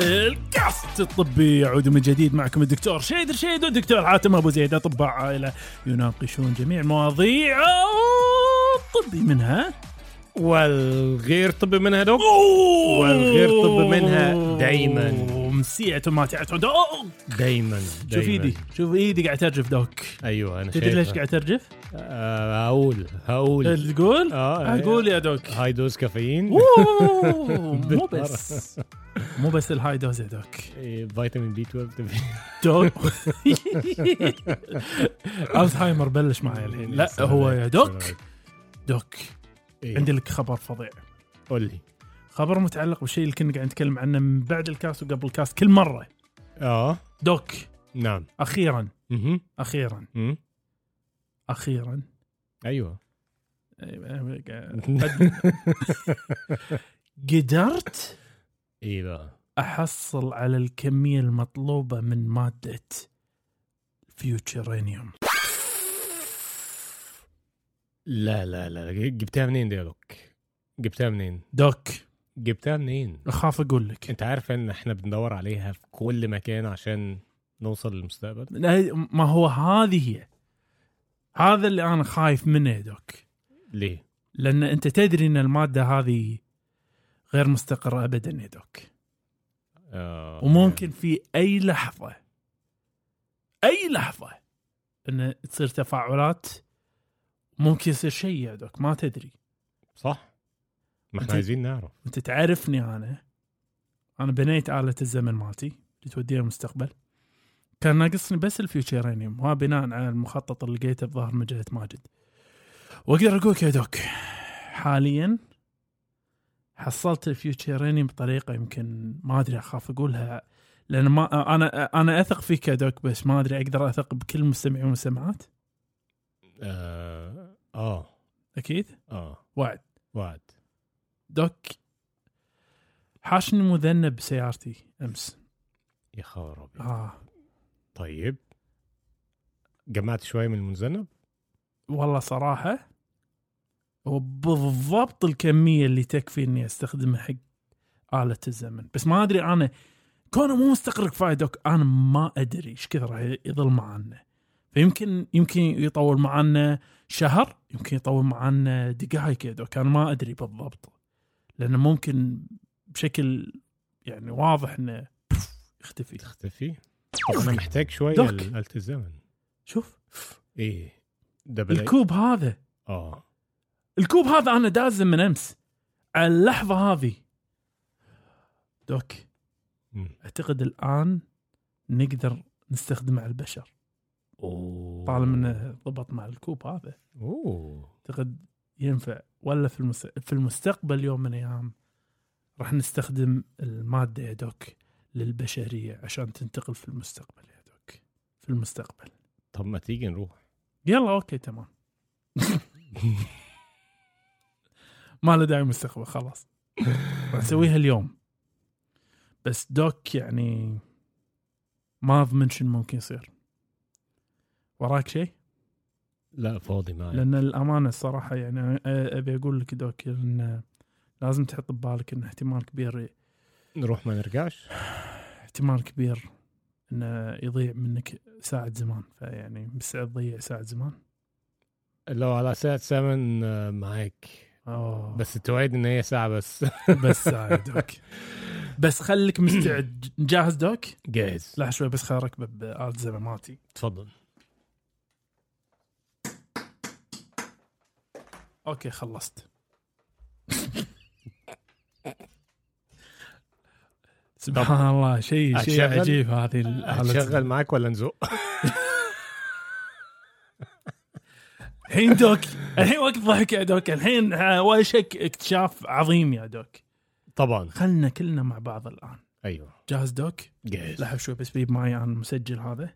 الكاست الطبي يعود من جديد معكم الدكتور شيد رشيد والدكتور حاتم ابو زيد اطباء عائله يناقشون جميع مواضيع الطبي منها والغير طبي منها دوب والغير والغير طبي منها دايماً. ومسيئة ما تعت دوك دايما شوف ايدي شوف ايدي قاعد ترجف دوك ايوه انا تدري شايفها. ليش قاعد ترجف؟ آه، هقول هقول تقول؟ آه، إيه. اقول يا دوك هاي دوز كافيين أوه، مو بس مو بس الهاي دوز يا دوك إيه، فيتامين بي 12 دوك الزهايمر بلش معي الحين لا هو يا دوك دوك إيه، عندي لك خبر فظيع قول لي خبر متعلق بالشيء اللي كنا قاعد نتكلم عنه من بعد الكاس وقبل الكاس كل مره اه دوك نعم اخيرا مهم. اخيرا مم. اخيرا ايوه أيوة، قدرت ايه بقى احصل على الكميه المطلوبه من ماده فيوتشرينيوم لا لا لا لا، جبتها منين دي يا دوك جبتها منين دوك جبتها منين اخاف اقول لك انت عارف ان احنا بندور عليها في كل مكان عشان نوصل للمستقبل لا، ما هو هذه هي هذا اللي انا خايف منه يا دوك ليه لان انت تدري ان الماده هذه غير مستقره ابدا يا دوك آه وممكن في اي لحظه اي لحظه ان تصير تفاعلات ممكن يصير شيء يا دوك ما تدري صح ما أنت- احنا عايزين نعرف انت تعرفني انا انا بنيت آلة الزمن مالتي اللي توديني المستقبل كان ناقصني بس الفيوتشرينيوم وها بناء على المخطط اللي لقيته بظهر مجله ماجد واقدر اقولك يا دوك حاليا حصلت الفيوتشرينيوم بطريقه يمكن ما ادري اخاف اقولها لان ما انا انا اثق فيك يا دوك بس ما ادري اقدر اثق بكل المستمعين والمستمعات اه اه, اكيد آه. وعد وعد دوك حاشني مذنب بسيارتي امس يا خبر أبيض. اه طيب جمعت شويه من المذنب والله صراحة وبالضبط الكمية اللي تكفي اني استخدمها حق آلة الزمن بس ما ادري انا كونه مو مستقر كفاية دوك انا ما ادري ايش كثر هي- يظل معانا فيمكن يمكن يطول معانا شهر يمكن يطول معانا دقائق يا دوك انا ما ادري بالضبط لانه ممكن بشكل يعني واضح انه يختفي تختفي انا محتاج شويه دوك. ل- آلة الزمن شوف ايه ده بلاقي الكوب هذا اه الكوب هذا انا دازم من امس على اللحظه هذه دوك مم. اعتقد الان نقدر نستخدمه على البشر اوه طالما انه ضبط مع الكوب هذا اوه اعتقد ينفع ولا في المس... في المستقبل يوم من الايام راح نستخدم الماده يا دوك للبشريه عشان تنتقل في المستقبل يا دوك في المستقبل طب ما تيجي نروح يلا اوكي تمام ما له داعي مستقبل خلاص نسويها اليوم بس دوك يعني ما اضمن شنو ممكن يصير وراك شيء؟ لا فاضي معي لان الامانه الصراحه يعني أ- ابي اقول لك دوك ان لازم تحط ببالك ان احتمال كبير نروح ما نرجعش احتمال كبير انه يضيع منك ساعة زمان فيعني بس تضيع ساعة زمان لو على ساعة سمن آه، معاك أوه. بس توعد ان هي ساعة بس بس ساعة دوك بس خليك مستعد جاهز دوك؟ جاهز لا شوي بس خليني اركبه بآلة زمن مالتي اتفضل اوكي خلصت سبحان الله شيء شيء أتشغل؟ عجيب هذه الآلة. هتشغل معاك ولا نزق الحين دوك الحين وقت ضحك يا دوك الحين آه، ولا شك اكتشاف عظيم يا دوك طبعا خلنا كلنا مع بعض الان ايوه جاهز دوك جاهز لحظه شوي بس بجيب معي انا المسجل هذا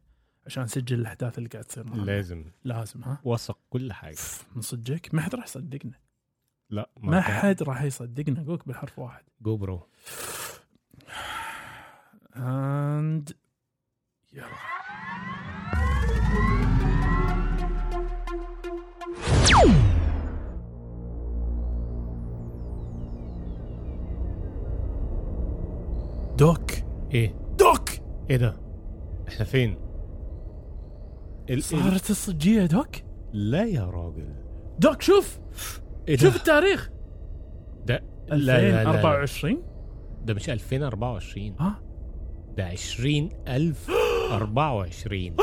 عشان اسجل الاحداث اللي قاعد تصير معنا لازم لازم ها وثق كل حاجة من صدقك ما حد راح يصدقنا لا ما حد راح يصدقنا اقولك بالحرف واحد جو برو اند يلا دوك ايه دوك ايه ده احنا فين ال... ال... صارت الصجيه يا دوك لا يا راجل دوك شوف ايه شوف ده التاريخ ده لا لا لا, لا. 2024 ده مش 2024 ها ده 20024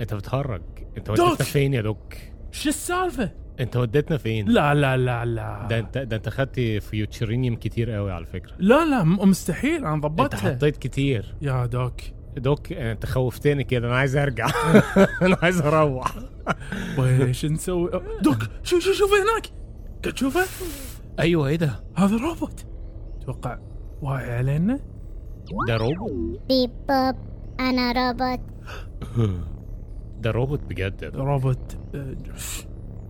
انت بتهرج انت دوك. وديتنا فين يا دوك شو السالفه؟ انت وديتنا فين لا لا لا لا ده انت ده انت خدت فيوتشرينيوم كتير قوي على فكره لا لا م- مستحيل انا انت ضبطها حطيت كتير يا دوك دوك آه، انت خوفتني كده انا عايز ارجع انا عايز اروح ويش نسوي؟ دوك شو شو شوف هناك قد تشوفه؟ ايوه ايه ده هذا روبوت توقع واعي علينا؟ ده روبوت بيب بوب أنا روبوت ده روبوت بجد روبوت آه،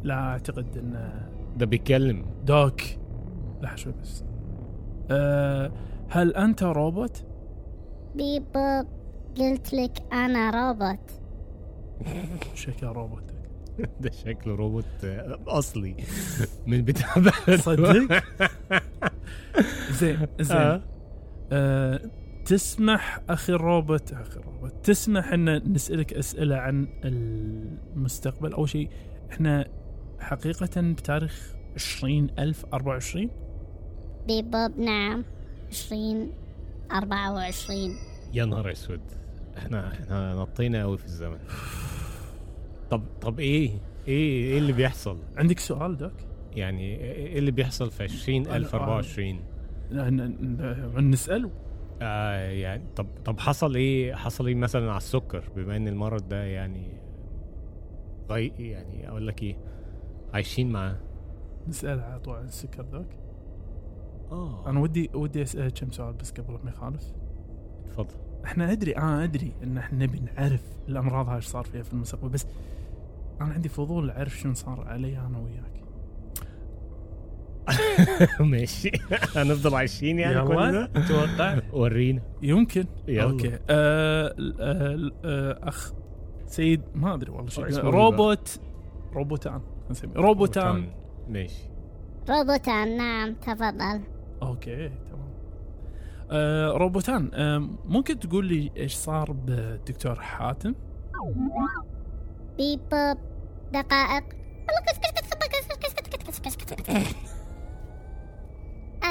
لا اعتقد انه ده بيتكلم دوك لحظه شوي بس أه هل انت روبوت؟ بيب بوب قلت لك أنا روبوت شكل روبوت ده شكله روبوت آه، اصلي من بتاع بلد. صدق؟ زين زين آه. أه تسمح اخي الروبوت اخي الروبوت تسمح ان نسالك اسئله عن المستقبل اول شيء احنا حقيقه بتاريخ 20024 بيب بوب نعم عشرين أربعة وعشرين يا نهار اسود احنا احنا نطينا قوي في الزمن طب طب ايه ايه ايه اللي بيحصل عندك سؤال دوك؟ يعني ايه اللي بيحصل في 20024 ن- ن- ن- نساله آه يعني طب طب حصل ايه حصل ايه مثلا على السكر بما ان المرض ده يعني غي يعني اقول لك ايه عايشين معاه نساله على طول عن السكر دوك اه انا ودي ودي اساله كم سؤال بس قبل ما يخالف اتفضل احنا ادري انا ادري ان احنا نبي نعرف الامراض هاي ايش صار فيها في المستقبل بس انا عندي فضول اعرف شنو صار علي انا وياك ماشي هنفضل عايشين يعني كل يلا ده توقع ورينا يمكن يلا. اوكي آه ال- آه ال- آه اخ سيد ما ادري والله شو اسمه اسمه إيه روبوت روبوتان نسميه روبوتان ماشي روبوتان نعم تفضل اوكي تمام آه روبوتان آه ممكن تقول لي ايش صار بالدكتور حاتم؟ بيب بوب دقائق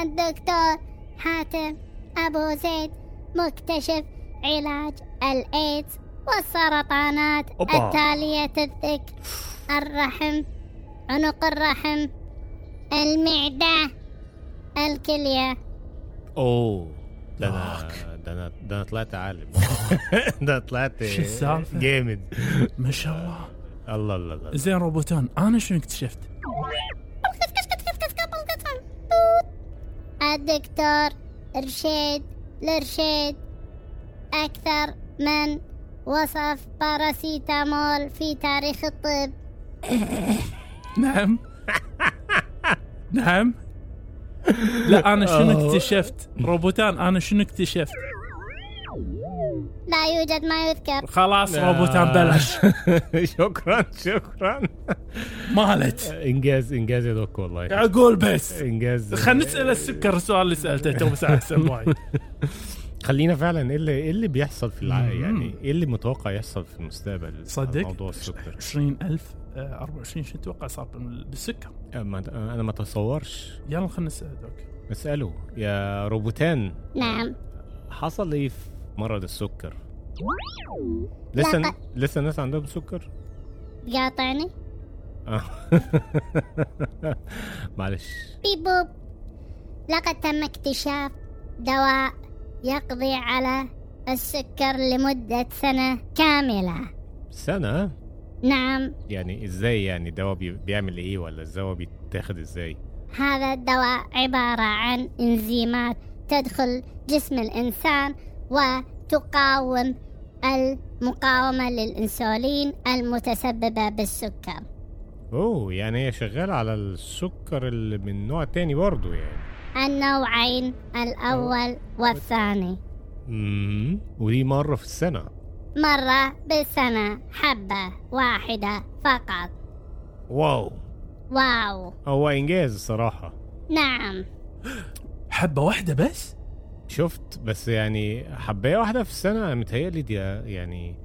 الدكتور حاتم أبو زيد مكتشف علاج الايدز والسرطانات أوبا. التالية تبتك الرحم عنق الرحم المعدة الكلية اوه ده انا ده انا ده انا طلعت عالم ده أنا طلعت شو السالفة؟ جامد ما شاء آه. الله الله الله الله زين روبوتان انا شنو اكتشفت؟ الدكتور إرشاد الإرشاد أكثر من وصف باراسيتامول في تاريخ الطب نعم نعم لا انا شنو آه. اكتشفت روبوتان انا شنو اكتشفت لا يوجد ما يذكر خلاص روبوتان بلاش شكرا شكرا مالت انجاز انجاز يا دوك والله اقول بس انجاز خلينا نسال السكر السؤال اللي سالته تو بس احسن وايد خلينا فعلا ايه اللي ايه اللي بيحصل في الع... مم. يعني ايه اللي متوقع يحصل في المستقبل صدق؟ على موضوع السكر 20000 آه، 24 شنو تتوقع صار بال- بالسكر؟ أما انا ما اتصورش يلا خلينا نسال دوك اساله يا روبوتان نعم حصل ايه في مرض السكر لسه لا. لسه الناس عندهم سكر قاطعني آه. معلش بيب بوب لقد تم اكتشاف دواء يقضي على السكر لمدة سنة كاملة سنه نعم يعني ازاي يعني الدواء بي- بيعمل ايه ولا الدواء بيتاخد ازاي هذا الدواء عبارة عن إنزيمات تدخل جسم الإنسان وتقاوم المقاومة للإنسولين المتسببة بالسكر اوه يعني هي شغاله على السكر اللي من نوع تاني برضه يعني النوعين الأول والثاني امم ودي مره في السنه مرة بالسنة حبة واحدة فقط واو واو هو انجاز الصراحه نعم حبه واحده بس؟ شفت بس يعني حبايه واحده في السنه متهيألي دي يعني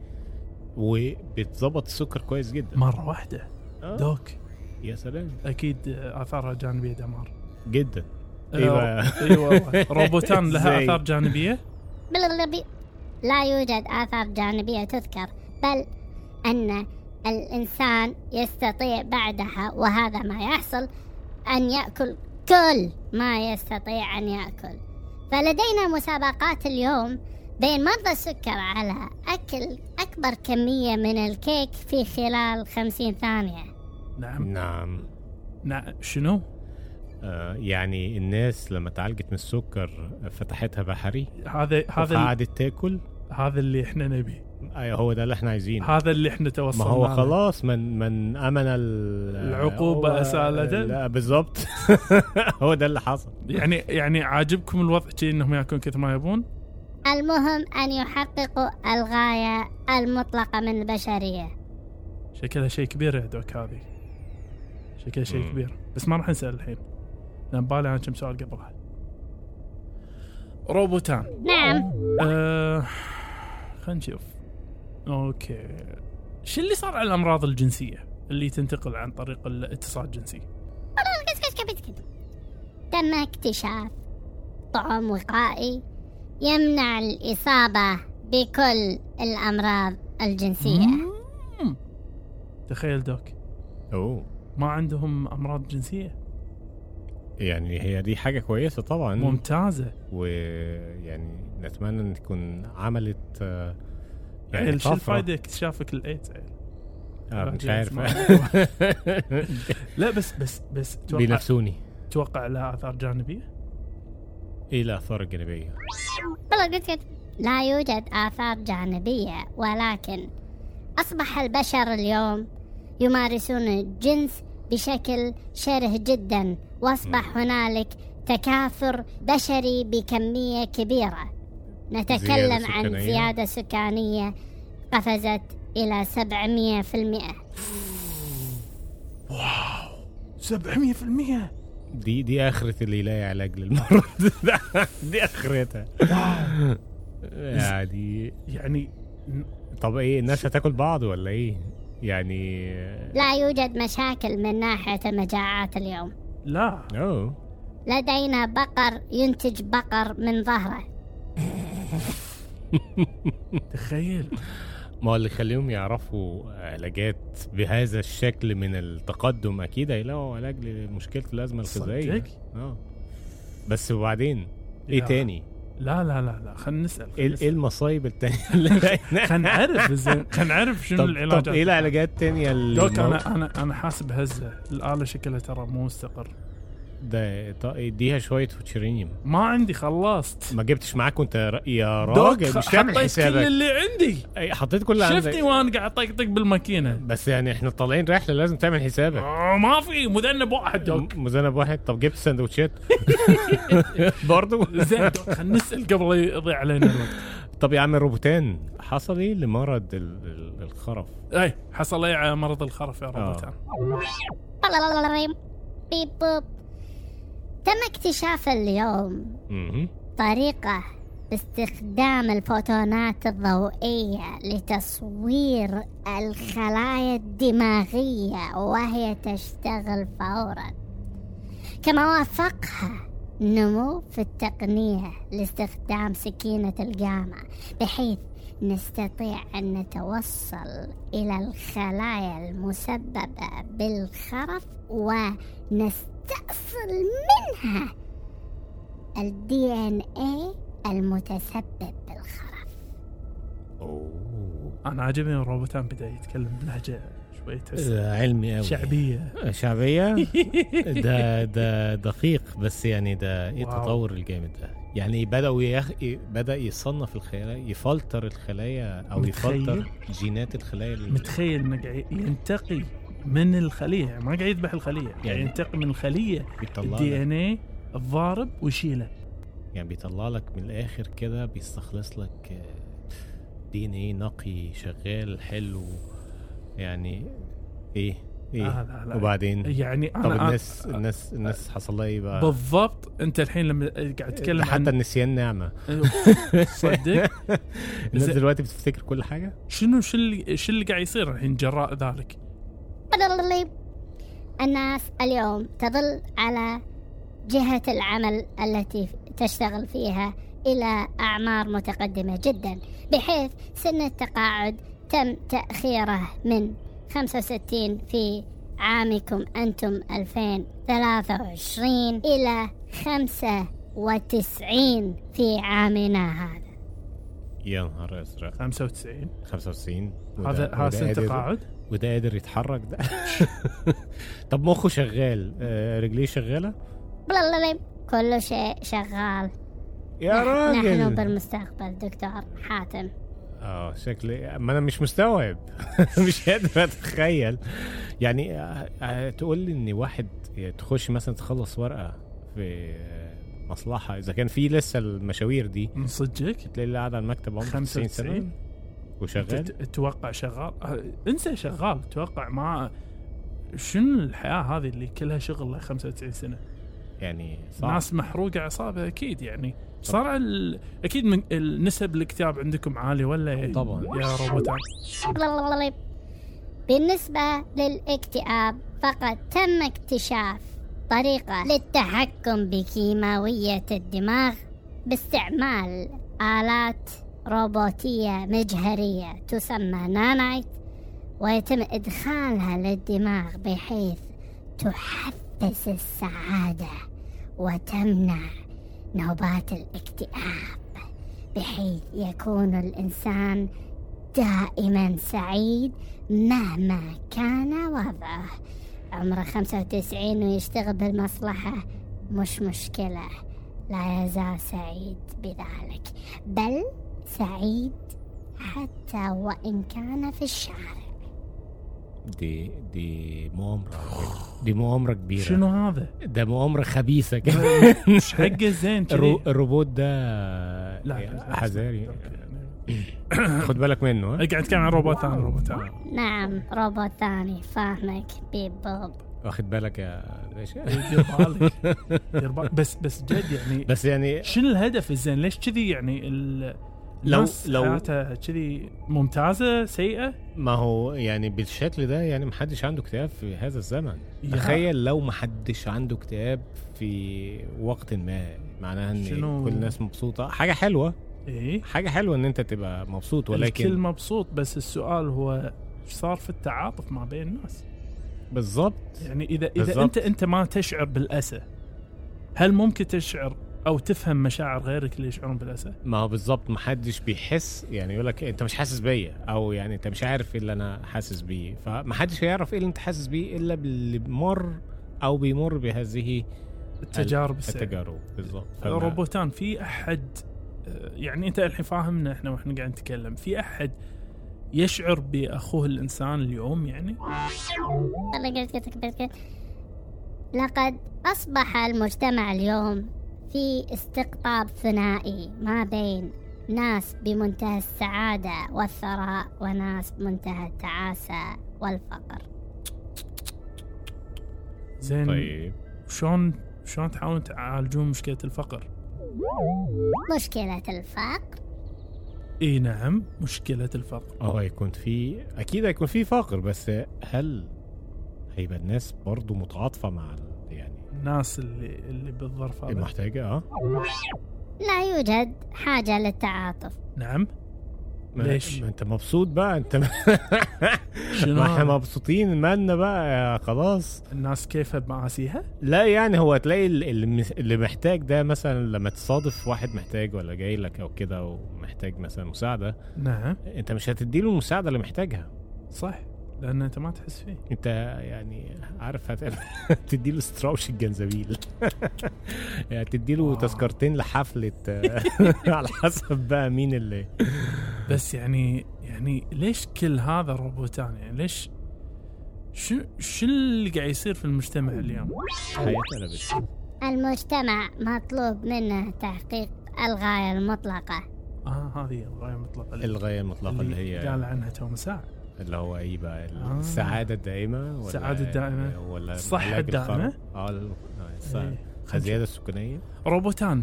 وبتظبط السكر كويس جدا مره واحده آه، دوك يا سلام اكيد اثارها جانبيه آه، دمار جدا إيه بقى؟ اي والله روبوتان لها إزاي؟ اثار جانبيه بلبلبي. لا يوجد آثار جانبية تذكر بل أن الإنسان يستطيع بعدها وهذا ما يحصل أن يأكل كل ما يستطيع أن يأكل فلدينا مسابقات اليوم بين مرضى السكر على أكل أكبر كمية من الكيك في خلال خمسين ثانية نعم نعم نعم شنو؟ آه، يعني الناس لما اتعالجت من السكر فتحتها بحري هذا هذا ال- قعدت تاكل هذا اللي احنا نبي ايوه هو ده اللي احنا عايزينه هذا اللي احنا توصلنا ما هو له. خلاص من من امن ال- العقوبة هو- أسالة. لا بالظبط هو ده اللي حصل يعني يعني عاجبكم الوضع شي انهم ياكلون كثر ما يبون؟ المهم أن يحققوا الغاية المطلقة من البشرية شكلها شيء كبير يا دوك هذه شكلها شيء مم. كبير بس ما راح نسال الحين لان بالي انا كم سؤال قبلها روبوتان نعم آه خلينا نشوف اوكي شو اللي صار على الامراض الجنسيه اللي تنتقل عن طريق الاتصال الجنسي كت كت كت كت. تم اكتشاف طعم وقائي يمنع الإصابة بكل الأمراض الجنسية مم. تخيل دوك اوه ما عندهم امراض جنسيه يعني هي دي حاجه كويسه طبعا ممتازه ويعني نتمنى ان تكون عملت آه، يعني عيل شو طفرة. الفائده اكتشافك الايدز عيل؟ آه، مش بعد عارف ما- لا بس بس بس توقع بينافسوني توقع لها اثار جانبيه ايه الاثار الجانبيه بلا قلت كت. لا يوجد آثار جانبية ولكن أصبح البشر اليوم يمارسون الجنس بشكل شره جدا وأصبح هنالك تكاثر بشري بكمية كبيرة نتكلم زيادة عن سكانية. زيادة سكانية قفزت إلى 700% 700% دي دي اخره اللي يلاقي علاج للمرض ده دي اخرتها يعني يعني طب ايه الناس هتاكل بعض ولا ايه يعني لا يوجد مشاكل من ناحية المجاعات اليوم لا اوه لدينا بقر ينتج بقر من ظهره تخيل ما هو اللي يخليهم يعرفوا علاجات بهذا الشكل من التقدم اكيد هيلاقوا علاج لمشكله الازمه الغذائيه صدق؟ اه بس وبعدين ايه يا. تاني؟ لا لا لا لا خلينا نسال ايه خلينا إيه المصايب التانية اللي لقيناها؟ خلينا نعرف زين خلينا نعرف شنو طب, العلاجات طب ايه العلاجات التانية اللي دوك مو- انا انا انا حاسب هزه الاله شكلها ترى مو مستقر ده ط- اديها شوية فوتشرينيوم ما عندي خلصت ما جبتش معاك وانت ر- يا دوك راجل مش خ- عامل حطيت كل حسابك اللي عندي أي، حطيت كل اللي شفتني عندك وانا قاعد طقطق بالماكينه بس يعني احنا طالعين رحلة لازم تعمل حسابك آه، ما في مذنب واحد دوك م- مذنب واحد طب جبت سندوتشات برضو زين دوك خلينا نسال قبل يضيع علينا الوقت طب يا عم الروبوتان حصل ايه لمرض ال- ال- الخرف اي إيه، حصل اي على مرض الخرف يا روبوتان آه. بيب بوب. تم اكتشاف اليوم مهم. طريقة باستخدام الفوتونات الضوئية لتصوير الخلايا الدماغية وهي تشتغل فورا كما وافقها نمو في التقنية لاستخدام سكينة الجاما بحيث نستطيع أن نتوصل إلى الخلايا المسببة بالخرف ونستأصل منها الدي ان اي المتسبب بالخرف اوه انا عاجبني الروبوتان بدا يتكلم بلهجه شوي تحس آه، علمي قوي شعبيه شعبية ده ده دقيق بس يعني ده ايه واو. التطور الجامد ده يعني بدأوا يخ... بدا يصنف الخلايا يفلتر الخلايا او متخيل؟ يفلتر جينات الخلايا اللي- متخيل انه قاعد ينتقي من الخليه يعني ما قاعد يذبح الخليه يعني يعني- ينتقي من الخليه بيطلع الدي إيه؟ لك ان اي الضارب ويشيله يعني بيطلع لك من الاخر كده بيستخلص لك إيه دي ان ايه نقي شغال حلو يعني ايه لا، ايه آه، لا، لا. وبعدين يعني طب انا الناس الناس الناس حصل لها ايه بقى؟ بالضبط انت الحين لما قاعد تتكلم ده إيه، حتى عن النسيان نعمه صدق الناس إذا- دلوقتي بتفتكر كل حاجه شنو شو اللي شو اللي قاعد يصير الحين جراء ذلك؟ بلللي. الناس اليوم تظل على جهة العمل التي تشتغل فيها إلى أعمار متقدمة جدا بحيث سن التقاعد تم تأخيره من 65 في عامكم أنتم 2023 إلى 95 في عامنا هذا يا نهار ازرق 95 95 وده- هذا وده هذا سنه قادر- تقاعد وده قادر يتحرك ده طب مخه شغال آه، رجليه شغاله بلللي. كل شيء شغال يا نح- نحن راجل بالمستقبل دكتور حاتم اه شكلي ما انا مش مستوعب مش قادر اتخيل يعني آه، آه، تقول لي ان واحد تخش مثلا تخلص ورقه في آه، مصلحه اذا كان في لسه المشاوير دي من صدقك؟ تلاقي اللي قاعد على المكتب عمره 90 سنه 95 وشغال تت- تتوقع شغال آه، انسى شغال توقع ما شنو الحياه هذه اللي كلها شغل ل 95 سنه؟ يعني صعب ناس محروقه اعصابها اكيد يعني صار ال... اكيد من النسب الاكتئاب عندكم عاليه ولا إيه؟ طبعاً. يا روبوتات بالنسبة للاكتئاب فقد تم اكتشاف طريقة للتحكم بكيماوية الدماغ باستعمال آلات روبوتية مجهرية تسمى نانايت ويتم إدخالها للدماغ بحيث تحفز السعادة وتمنع نوبات الاكتئاب بحيث يكون الإنسان دائما سعيد مهما كان وضعه عمره 95 ويشتغل بالمصلحة مش مشكلة لا يزال سعيد بذلك بل سعيد حتى وإن كان في الشارع دي دي مؤامره دي مؤامره كبيره شنو هذا؟ ده مؤامره خبيثه كده مش حقه زين كذي الرو- الروبوت ده لا حذاري أوكي. خد بالك منه ها؟ قاعد اتكلم عن روبوت ثاني روبوت ثاني نعم روبوت ثاني فاهمك بيب بوب واخد بالك يا باشا دير بالك دير بالك بس بس جد يعني بس يعني شنو الهدف الزين ليش كذي يعني ال لو- الناس لو- حياتها كذي ممتازه سيئه ما هو يعني بالشكل ده يعني محدش عنده اكتئاب في هذا الزمن يا. تخيل لو محدش عنده اكتئاب في وقت ما معناها ان شنو؟ كل الناس مبسوطه حاجه حلوه ايه حاجه حلوه ان انت تبقى مبسوط الكل ولكن مبسوط بس السؤال هو ايش صار في التعاطف ما بين الناس بالظبط يعني اذا اذا بالضبط. انت انت ما تشعر بالاسى هل ممكن تشعر او تفهم مشاعر غيرك اللي يشعرون بالاسى ما هو بالظبط محدش بيحس يعني يقول لك انت مش حاسس بيا او يعني انت مش عارف ايه اللي انا حاسس بيه فمحدش هيعرف ايه اللي انت حاسس بيه الا باللي بمر او بيمر بهذه التجارب السيئه التجارب بالظبط فما- روبوتان في احد آه، يعني انت الحين فاهمنا احنا واحنا قاعد نتكلم في احد يشعر باخوه الانسان اليوم يعني أنا قلت- قلت- قلت- قلت. لقد أصبح المجتمع اليوم في استقطاب ثنائي ما بين ناس بمنتهى السعادة والثراء وناس بمنتهى التعاسة والفقر زين طيب شلون شلون تحاولون تعالجون مشكله الفقر؟ مشكلة الفقر اي نعم مشكله الفقر اه هيكون في اكيد هيكون في فقر بس هل هيبقى الناس برضو متعاطفه مع ال- يعني الناس اللي اللي بالظرف هذا محتاجه اه لا يوجد حاجة للتعاطف نعم ما- ليش؟ ما انت مبسوط بقى انت شنو ما احنا هذا؟ مبسوطين مالنا بقى يا خلاص الناس كيف بمآسيها؟ لا يعني هو تلاقي ال- اللي مس- اللي محتاج ده مثلا لما تصادف واحد محتاج ولا جاي لك او كده ومحتاج مثلا مساعده نعم انت مش هتديله المساعده اللي محتاجها صح لان انت ما تحس فيه انت يعني عارف هتدي له ستراوش الجنزبيل هتدي له واو. تذكرتين لحفله على حسب بقى مين اللي بس يعني يعني ليش كل هذا روبوتان يعني ليش شو شو اللي قاعد يصير في المجتمع اليوم؟ حياة قلبت المجتمع مطلوب منه تحقيق الغاية المطلقة اه هذه الغايه المطلقه الغايه المطلقه اللي اللي قال هي عنها توم ساعة اللي هو ايه بقى يعني آه. السعاده الدائمه ولا السعادة الدائمة. ولا الصحة العلاج الدائمة. الخرق. اه ال- آه، الص- إيه. الزياده السكانيه روبوتان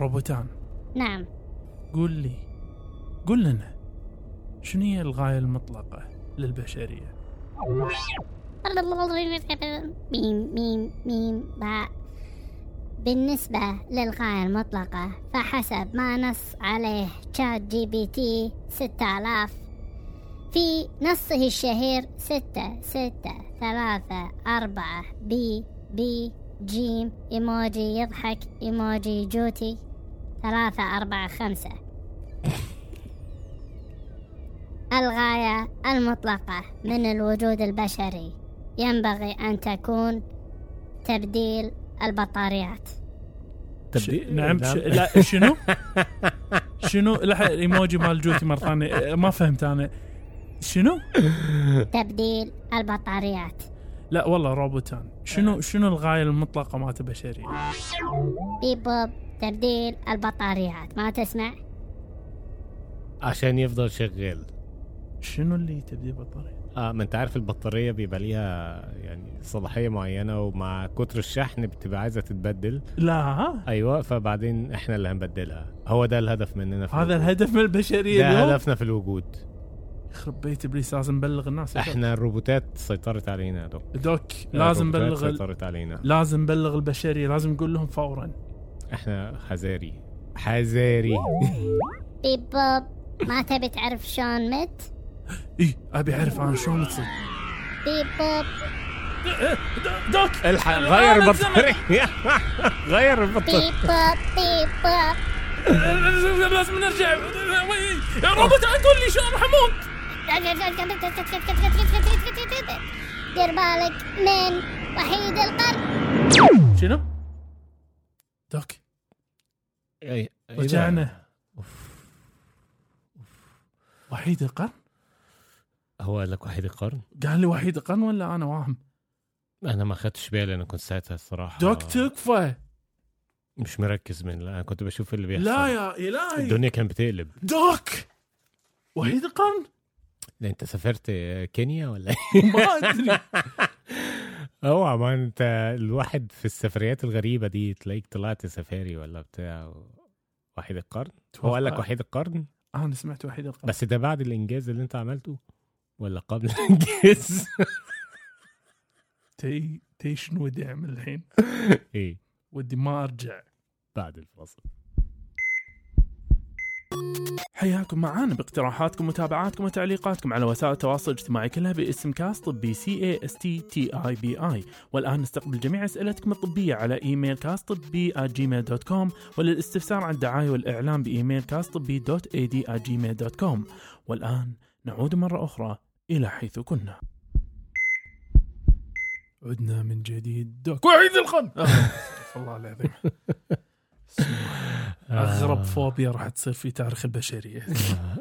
روبوتان نعم قول لي قول لنا شنو هي الغاية المطلقة للبشرية ميم ميم ميم باء بالنسبة للغاية المطلقة فحسب ما نص عليه تشات جي بي تي 6000 في نصه الشهير ستة ستة ثلاثة أربعة بي بي جيم إيموجي يضحك إيموجي جوتي ثلاثة أربعة خمسة الغاية المطلقة من الوجود البشري ينبغي أن تكون تبديل البطاريات ش... نعم ش... لا شنو شنو لا ايموجي مال جوتي مرة ثانية ما فهمت انا شنو تبديل البطاريات لا والله روبوتان شنو شنو الغاية المطلقة مالت البشرية بيب بوب تبديل البطاريات ما تسمع عشان يفضل شغال شنو اللي تبدي بطارية اه ما انت عارف البطاريه بيبقى ليها يعني صلاحيه معينه ومع كتر الشحن بتبقى عايزه تتبدل لا ايوه فبعدين احنا اللي هنبدلها هو ده الهدف مننا في هذا الوجود. الهدف من البشرية ده اليوم هدفنا في الوجود يخرب بيت ابليس لازم نبلغ الناس احنا الروبوتات سيطرت علينا يا دكتور دوك لازم الروبوتات نبلغ ال... سيطرت علينا لازم نبلغ البشرية لازم نقول لهم فورا احنا حذاري حذاري بيب بوب ما تبي تعرف شلون مت اي ابي اعرف انا شلون تصير بيب بوب دوك الحق غير غير البطارية. البطاريه غير البطاريه بيب بوب بيب بوب لازم نرجع يا روبوت قول لي شلون حمود دير بالك من وحيد القرن شنو؟ إيه دوك أي- أي رجعنا ده؟ أوف. وحيد القرن؟ هو قال لك وحيد القرن قال لي وحيد القرن ولا انا واهم؟ انا ما خدتش بالي انا كنت ساعتها الصراحه دوك تكفى مش مركز من لا انا كنت بشوف اللي بيحصل لا يا الهي الدنيا كانت بتقلب دوك وحيد القرن؟ لا انت سافرت كينيا ولا إيه؟ ما ادري اوعى ما انت الواحد في السفريات الغريبه دي تلاقيك طلعت سفاري ولا بتاع وحيد القرن هو قال لك وحيد القرن انا سمعت وحيد القرن بس ده بعد الانجاز اللي انت عملته ولا قبل الانجاز تي تي شنو ودي اعمل الحين؟ ايه ودي ما ارجع بعد الفصل حياكم معانا باقتراحاتكم ومتابعاتكم وتعليقاتكم على وسائل التواصل الاجتماعي كلها باسم كاست طبي سي اي اس تي تي اي بي اي والان نستقبل جميع اسئلتكم الطبيه على ايميل كاست طبي جيميل دوت كوم وللاستفسار عن الدعايه والاعلان بايميل كاست طبي دوت اي دي جيميل دوت كوم والان نعود مره اخرى الى حيث كنا عدنا من جديد دوك وعيد الخن آه، استغفر الله العظيم بسم الله. آه. اغرب فوبيا راح تصير في تاريخ البشريه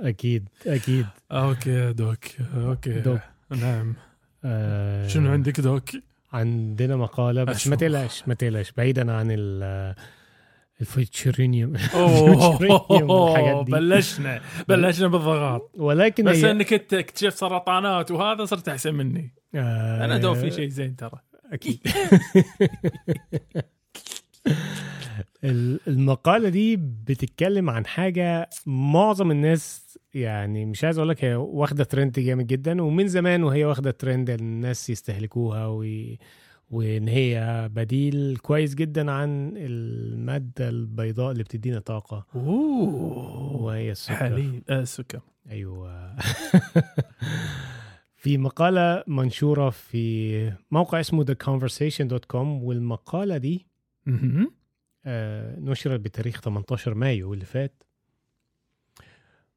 اكيد اكيد اوكي دوك اوكي دوك. نعم آه، شنو عندك دوك؟ عندنا مقاله بس ما أشوف. تقلقش ما تقلقش بعيدا عن ال الفيتشرينيوم الفيتشرينيوم والحاجات اوه دي. بلشنا بلشنا بالضغط ولكن بس هي- انك انت اكتشفت سرطانات وهذا صرت احسن مني آه، انا دوب في شيء زين ترى اكيد ال- المقالة دي بتتكلم عن حاجة معظم الناس يعني مش عايز اقول لك هي واخدة ترند جامد جدا ومن زمان وهي واخدة ترند إن الناس يستهلكوها و... وان هي بديل كويس جدا عن المادة البيضاء اللي بتدينا طاقة اوه وهي السكر حليب آه، سكر ايوه في مقالة منشورة في موقع اسمه theconversation.com والمقالة دي مهم. آه، نشرت بتاريخ 18 مايو اللي فات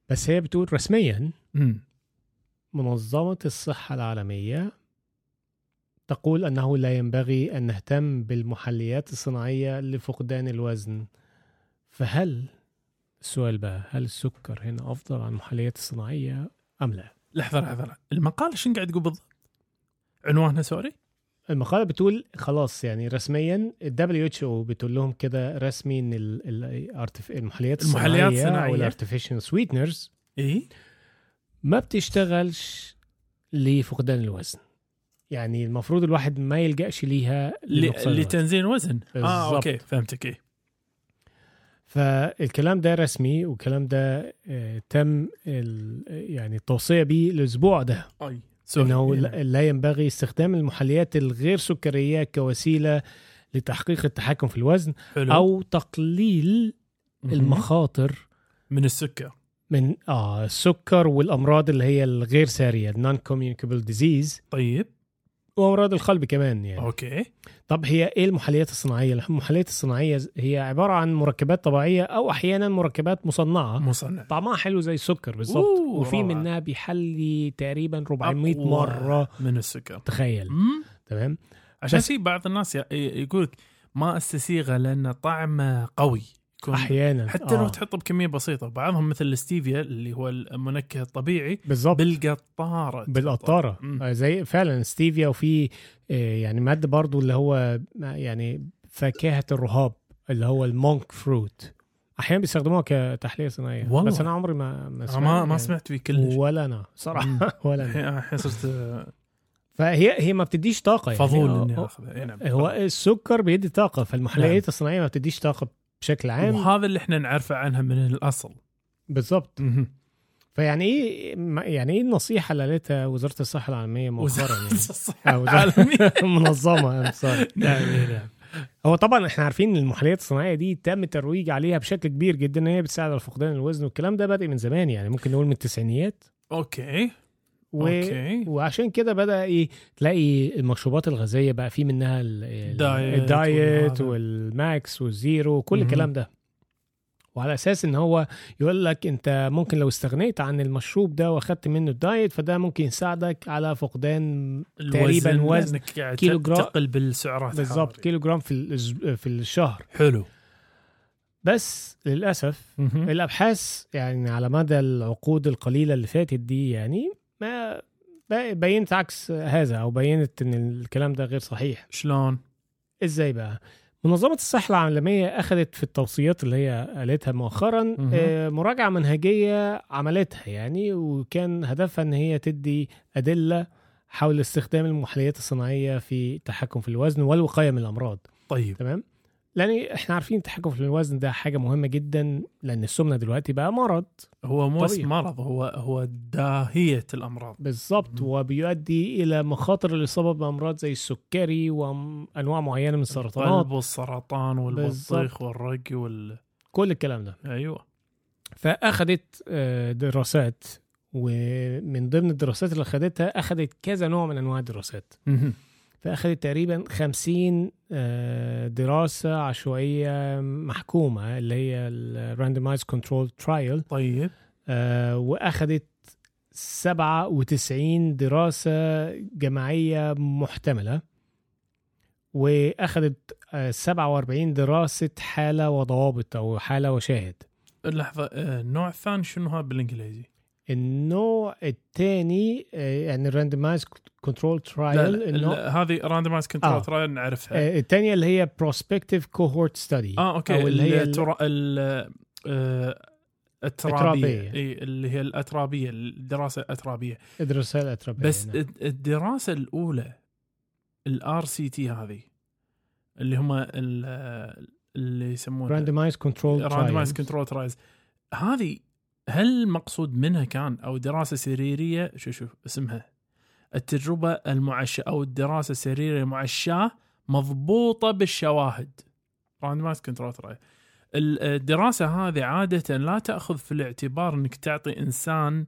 بس هي بتقول رسميا مم. منظمة الصحة العالمية تقول أنه لا ينبغي أن نهتم بالمحليات الصناعية لفقدان الوزن فهل السؤال بقى هل السكر هنا أفضل عن المحليات الصناعية أم لا؟ لحظه لحظه المقال شنو قاعد تقول بالضبط؟ عنوانها سوري؟ المقالة بتقول خلاص يعني رسميا ال WHO بتقول لهم كده رسمي ان ال- ال- الارتف- المحليات المحليات الصناعية الصناعية. إيه؟ والارتفيشن سويتنرز اي ما بتشتغلش لفقدان الوزن يعني المفروض الواحد ما يلجاش ليها لنقصان ل- الوزن. لتنزيل وزن اه بالظبط. اوكي فهمتك ايه فالكلام ده رسمي والكلام ده آه، تم ال- يعني التوصيه بيه الاسبوع ده اي انه سوري. إيه. لا لا ينبغي استخدام المحليات الغير سكريه كوسيله لتحقيق التحكم في الوزن حلو او تقليل مهم. المخاطر من السكر من آه السكر والامراض اللي هي الغير ساريه النون كوميونيكابل ديزيز طيب وامراض القلب كمان يعني اوكي طب هي ايه المحليات الصناعيه المحليات الصناعيه هي عباره عن مركبات طبيعيه او احيانا مركبات مصنعه مصنع طعمها حلو زي السكر بالظبط أوه، وفي روعة. منها بيحلي تقريبا 400 أقوى مره من السكر تخيل مم. تمام عشان بس- في بعض الناس ي- ي- يقولك ما استسيغه لان طعمه قوي يكون احيانا حتى لو آه. تحطه بكميه بسيطه بعضهم مثل الستيفيا اللي هو المنكه الطبيعي بالظبط بالقطاره بالقطاره مم. آه، زي فعلا ستيفيا وفي آه، يعني ماده برضو اللي هو يعني فاكهه الرهاب اللي هو المونك فروت احيانا بيستخدموها كتحليه صناعيه والله. بس انا عمري ما ما آه، ما ما يعني. سمعت فيه كلش ولا انا مم. صراحه ولا انا الحين- الحين صرت آه، فهي هي ما بتديش طاقه يعني فضول آه، اني آه، اخذه إي نعم. هو السكر بيدي طاقه نعم. فالمحليات الصناعيه ما بتديش طاقه بشكل عام وهذا اللي احنا نعرفه عنها من الاصل بالظبط مهم. فيعني ايه ما- يعني ايه النصيحه اللي قالتها وزاره الصحه العالميه مؤخرا وزارة يعني الصحة آه، وزارة- العالمية منظمه I'm sorry. نعم نعم هو طبعا احنا عارفين ان المحليات الصناعيه دي تم الترويج عليها بشكل كبير جدا ان هي بتساعد على فقدان الوزن والكلام ده بادئ من زمان يعني ممكن نقول من التسعينيات اوكي و... أوكي. وعشان كده بدا ايه تلاقي المشروبات الغازيه بقى في منها ال... ال- دايت الدايت والهذا. والماكس والزيرو كل مهم. الكلام ده وعلى اساس ان هو يقول لك انت ممكن لو استغنيت عن المشروب ده واخدت منه الدايت فده ممكن يساعدك على فقدان تقريباً الوزن، وزن لأنك قاعد كيلو جرا- تقل بالسعرات بالظبط الحرارية. كيلو جرام في الأسب- في الشهر حلو بس للاسف مهم. الابحاث يعني على مدى العقود القليله اللي فاتت دي يعني ما ب- بينت عكس هذا او بينت ان الكلام ده غير صحيح شلون؟ ازاي بقى منظمة الصحة العالمية أخذت في التوصيات اللي هي قالتها مؤخرا مهم. آه، مراجعة منهجية عملتها يعني وكان هدفها إن هي تدي أدلة حول استخدام المحليات الصناعية في التحكم في الوزن والوقاية من الأمراض طيب تمام لان احنا عارفين التحكم في الوزن ده حاجه مهمه جدا لان السمنه دلوقتي بقى مرض هو مو طبيعي. اسم مرض هو هو داهيه الامراض بالظبط مم. وبيؤدي الى مخاطر الاصابه بامراض زي السكري وانواع معينه من السرطانات القلب والسرطان والبطيخ بالظبط. والرقي وال كل الكلام ده ايوه فاخذت آه، دراسات ومن ضمن الدراسات اللي اخذتها اخذت كذا نوع من انواع الدراسات فاخذت تقريبا 50 آه، دراسه عشوائيه محكومه اللي هي الراندمايز كنترول ترايل طيب آه، واخدت 97 دراسة جماعية محتملة واخدت آه، 47 دراسة حالة وضوابط او حالة وشاهد لحظه آه، النوع الثاني شنو هذا بالانجليزي؟ النوع الثاني يعني الراندمايز كنترول ترايل لا، النوع لا، هذه راندمايز آه. كنترول ترايل نعرفها آه، الثانية اللي هي بروسبكتيف كوهورت ستادي اه اوكي او آه، اللي هي الترا... ال... آه، الترابيه الترابية. إيه، اي اللي هي الاترابيه الدراسه الاترابيه الدراسة الأتربية بس الد- الدراسه الاولى الار سي تي هذه اللي هم ال- اللي يسمونها راندمايز كنترول راندمايز كنترول ترايز هذه هل المقصود منها كان او دراسه سريريه شو شو اسمها التجربه المعشاه او الدراسه السريريه المعشاه مضبوطه بالشواهد راندمايز كنترول ترايز الدراسه هذه عاده لا تاخذ في الاعتبار انك تعطي انسان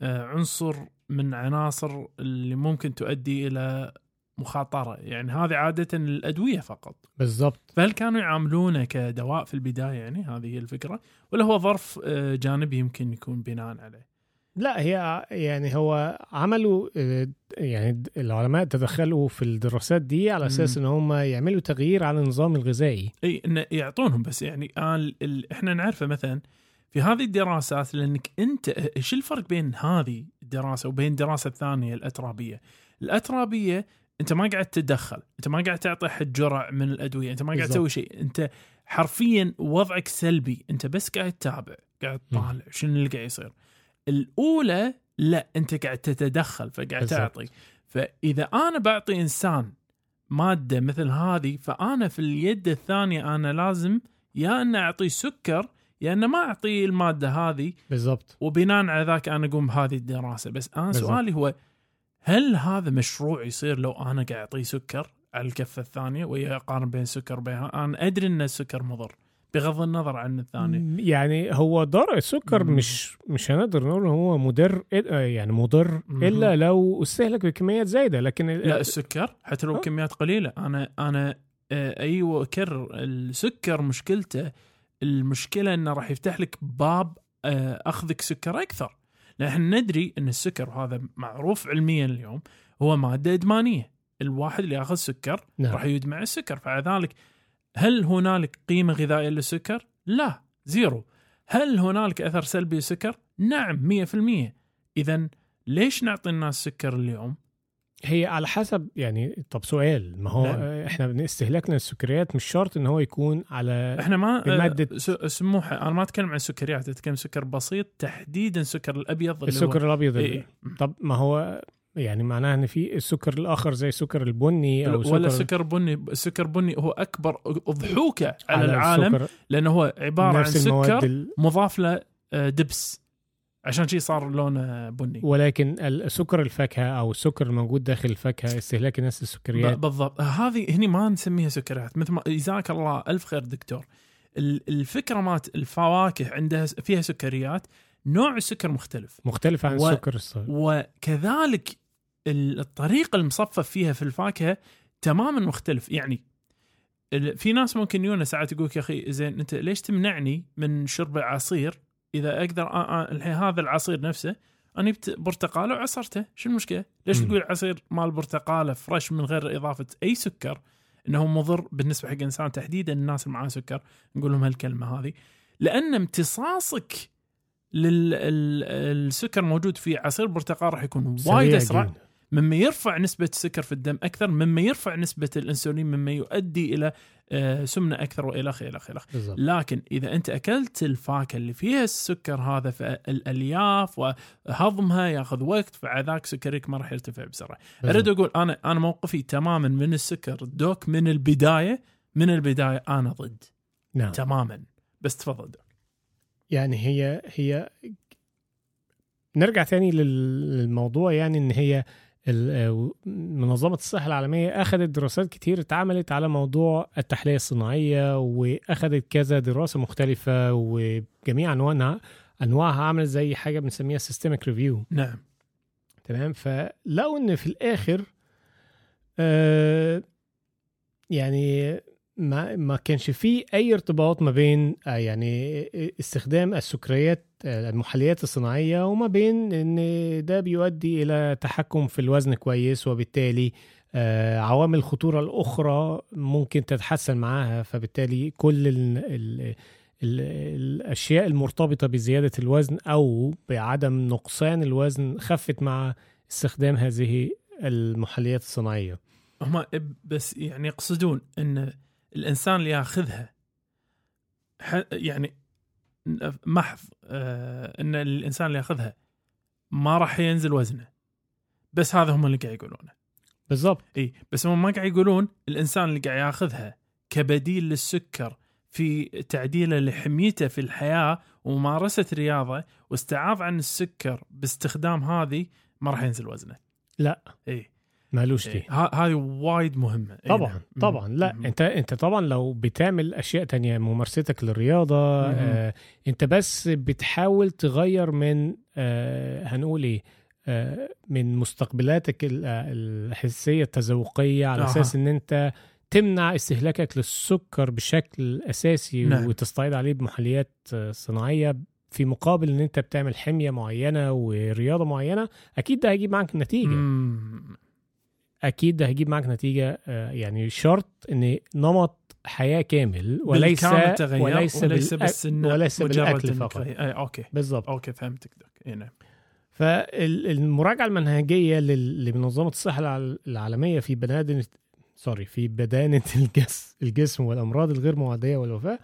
آه، عنصر من عناصر اللي ممكن تؤدي الى مخاطره يعني هذه عاده للادويه فقط بالظبط فهل كانوا يعاملونه كدواء في البدايه يعني هذه هي الفكره ولا هو ظرف آه، جانبي يمكن يكون بناء عليه؟ لا هي ع- يعني هو عملوا آه، يعني د- العلماء تدخلوا في الدراسات دي على اساس مم. ان هم يعملوا تغيير على النظام الغذائي اي انه يعطونهم بس يعني آه، ال- ال- احنا نعرفه مثلا في هذه الدراسات لانك انت ايش الفرق بين هذه الدراسه وبين الدراسه الثانيه الاترابيه؟ الاترابيه انت ما قاعد تتدخل، انت ما قاعد تعطي حد جرع من الادويه، انت ما قاعد بالضبط. تسوي شيء، انت حرفيا وضعك سلبي، انت بس قاعد تتابع، قاعد مم. تطالع شنو اللي قاعد يصير. الاولى لا انت قاعد تتدخل فقاعد بالضبط. تعطي فاذا انا بعطي انسان ماده مثل هذه فانا في اليد الثانيه انا لازم يا ان اعطيه سكر يا ان ما اعطيه الماده هذه بالظبط وبناء على ذاك انا اقوم بهذه الدراسه بس انا بالضبط. سؤالي هو هل هذا مشروع يصير لو انا قاعد اعطيه سكر على الكفه الثانيه ويا اقارن بين سكر بينها انا ادري ان السكر مضر بغض النظر عن الثاني يعني هو ضر السكر مم. مش مش هنقدر نقول هو مدر آه، يعني مضر مهم. الا لو استهلك بكميات زايده لكن ال- لا السكر حتى لو آه. كميات قليله انا انا آه، ايوه اكرر السكر مشكلته المشكله انه راح يفتح لك باب آه، اخذك سكر اكثر لان احنا ندري ان السكر وهذا معروف علميا اليوم هو ماده ادمانيه الواحد اللي ياخذ سكر نعم. راح يدمع السكر فلذلك هل هنالك قيمه غذائيه للسكر؟ لا زيرو هل هنالك اثر سلبي للسكر؟ نعم 100% اذا ليش نعطي الناس سكر اليوم؟ هي على حسب يعني طب سؤال ما هو نعم. آه، احنا بن- استهلاكنا للسكريات مش شرط ان هو يكون على احنا ما بمادة- آه، س- سموحه انا ما اتكلم عن سكريات اتكلم سكر بسيط تحديدا سكر الابيض اللي هو السكر الابيض إيه، ال- إيه. طب ما هو يعني معناه ان في السكر الاخر زي السكر البني او ولا سكر بني السكر بني هو اكبر اضحوكه على, على العالم السكر لانه هو عباره عن نفس المواد سكر ال... مضاف له آه، دبس عشان شي صار لونه بني ولكن السكر الفاكهه او السكر الموجود داخل الفاكهه استهلاك الناس للسكريات ب- بالضبط هذه هني ما نسميها سكريات مثل ما جزاك الله الف خير دكتور ال- الفكره مالت الفواكه عندها س- فيها سكريات نوع السكر مختلف مختلفه عن و- السكر الصغير وكذلك ال- الطريقه المصفف فيها في الفاكهه تماما مختلف يعني ال- في ناس ممكن يونا ساعات يقولك يا اخي زين انت ليش تمنعني من شرب عصير اذا اقدر أ- أ- الحين هذا العصير نفسه انا جبت برتقاله وعصرته شو المشكله؟ ليش مم. تقول عصير مال برتقاله فريش من غير اضافه اي سكر انه مضر بالنسبه حق الانسان تحديدا الناس اللي معاه سكر نقول لهم هالكلمه هذه لان امتصاصك للسكر موجود في عصير برتقال راح يكون وايد سريع اسرع جداً. مما يرفع نسبة السكر في الدم أكثر مما يرفع نسبة الأنسولين مما يؤدي إلى آه، سمنة أكثر وإلى آخره إلى آخره بالظبط لكن إذا أنت أكلت الفاكهة اللي فيها السكر هذا فالألياف وهضمها ياخذ وقت فعذاك سكرك ما راح يرتفع بسرعة أريد أقول أنا أنا موقفي تماما من السكر الدوك من البداية من البداية أنا ضد نعم تماما بس تفضل يعني هي هي نرجع تاني لل- للموضوع يعني ان هي ال- آه، منظمة الصحة العالمية أخذت دراسات كتير اتعملت على موضوع التحلية الصناعية وأخذت كذا دراسة مختلفة وجميع أنواعها أنواعها عملت زي حاجة بنسميها سيستمك ريفيو نعم تمام فلقوا ان في الاخر آه يعني ما ما كانش فيه اي ارتباط ما بين آه يعني استخدام السكريات آه، المحليات الصناعيه وما بين ان ده بيؤدي الى تحكم في الوزن كويس وبالتالي آه، عوامل الخطوره الاخرى ممكن تتحسن معاها فبالتالي كل ال ال ال الاشياء المرتبطه بزياده الوزن او بعدم نقصان الوزن خفت مع استخدام هذه المحليات الصناعيه هم بس يعني يقصدون ان الانسان اللي ياخذها ح- يعني محض آه، ان الانسان اللي ياخذها ما راح ينزل وزنه بس هذا هم اللي قاعد يقولونه بالظبط اي بس هم ما قاعد يقولون الانسان اللي قاعد ياخذها كبديل للسكر في تعديله لحميته في الحياه وممارسه رياضه واستعاض عن السكر باستخدام هذه ما راح ينزل وزنه لا. اي مالوش دي إيه. ه- هذه وايد مهمه إيه طبعا نعم. طبعا لا مم. انت انت طبعا لو بتعمل اشياء تانية ممارستك للرياضه مهم. آه انت بس بتحاول تغير من آه هنقول ايه آه من مستقبلاتك ال- آه، الحسيه التذوقيه على أها. اساس ان انت تمنع استهلاكك للسكر بشكل اساسي نعم. وتستعيد عليه بمحليات آه، صناعيه في مقابل ان انت بتعمل حميه معينه ورياضه معينه اكيد ده هيجيب معاك نتيجه مم. اكيد ده هيجيب معاك نتيجه آه، يعني شرط ان نمط حياه كامل وليس بالكامل تغير وليس, وليس بالأ- بس إنه وليس مجرد بالاكل إنك- فقط إيه، اوكي بالظبط اوكي فهمتك دوك إيه، نعم فالمراجعه المنهجيه لل- لمنظمه الصحه الع- العالميه في بدانه سوري في بدانه الجس الجسم والامراض الغير معديه والوفاه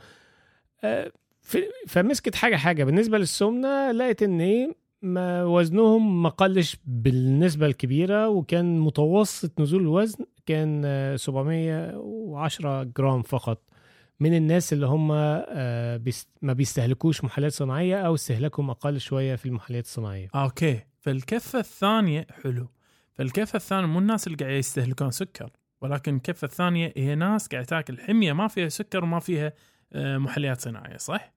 آه، في- فمسكت حاجه حاجه بالنسبه للسمنه لقت ان ايه ما وزنهم ما قلش بالنسبة الكبيرة وكان متوسط نزول الوزن كان آه، 710 جرام فقط من الناس اللي هم آه، بيست- ما بيستهلكوش محلات صناعية أو استهلاكهم أقل شوية في المحلات الصناعية آه، اوكي فالكفه الثانيه حلو فالكفه الثانيه مو الناس اللي قاعد يستهلكون سكر ولكن الكفه الثانيه هي ناس قاعد تاكل حميه ما فيها سكر وما فيها آه، محليات صناعيه صح؟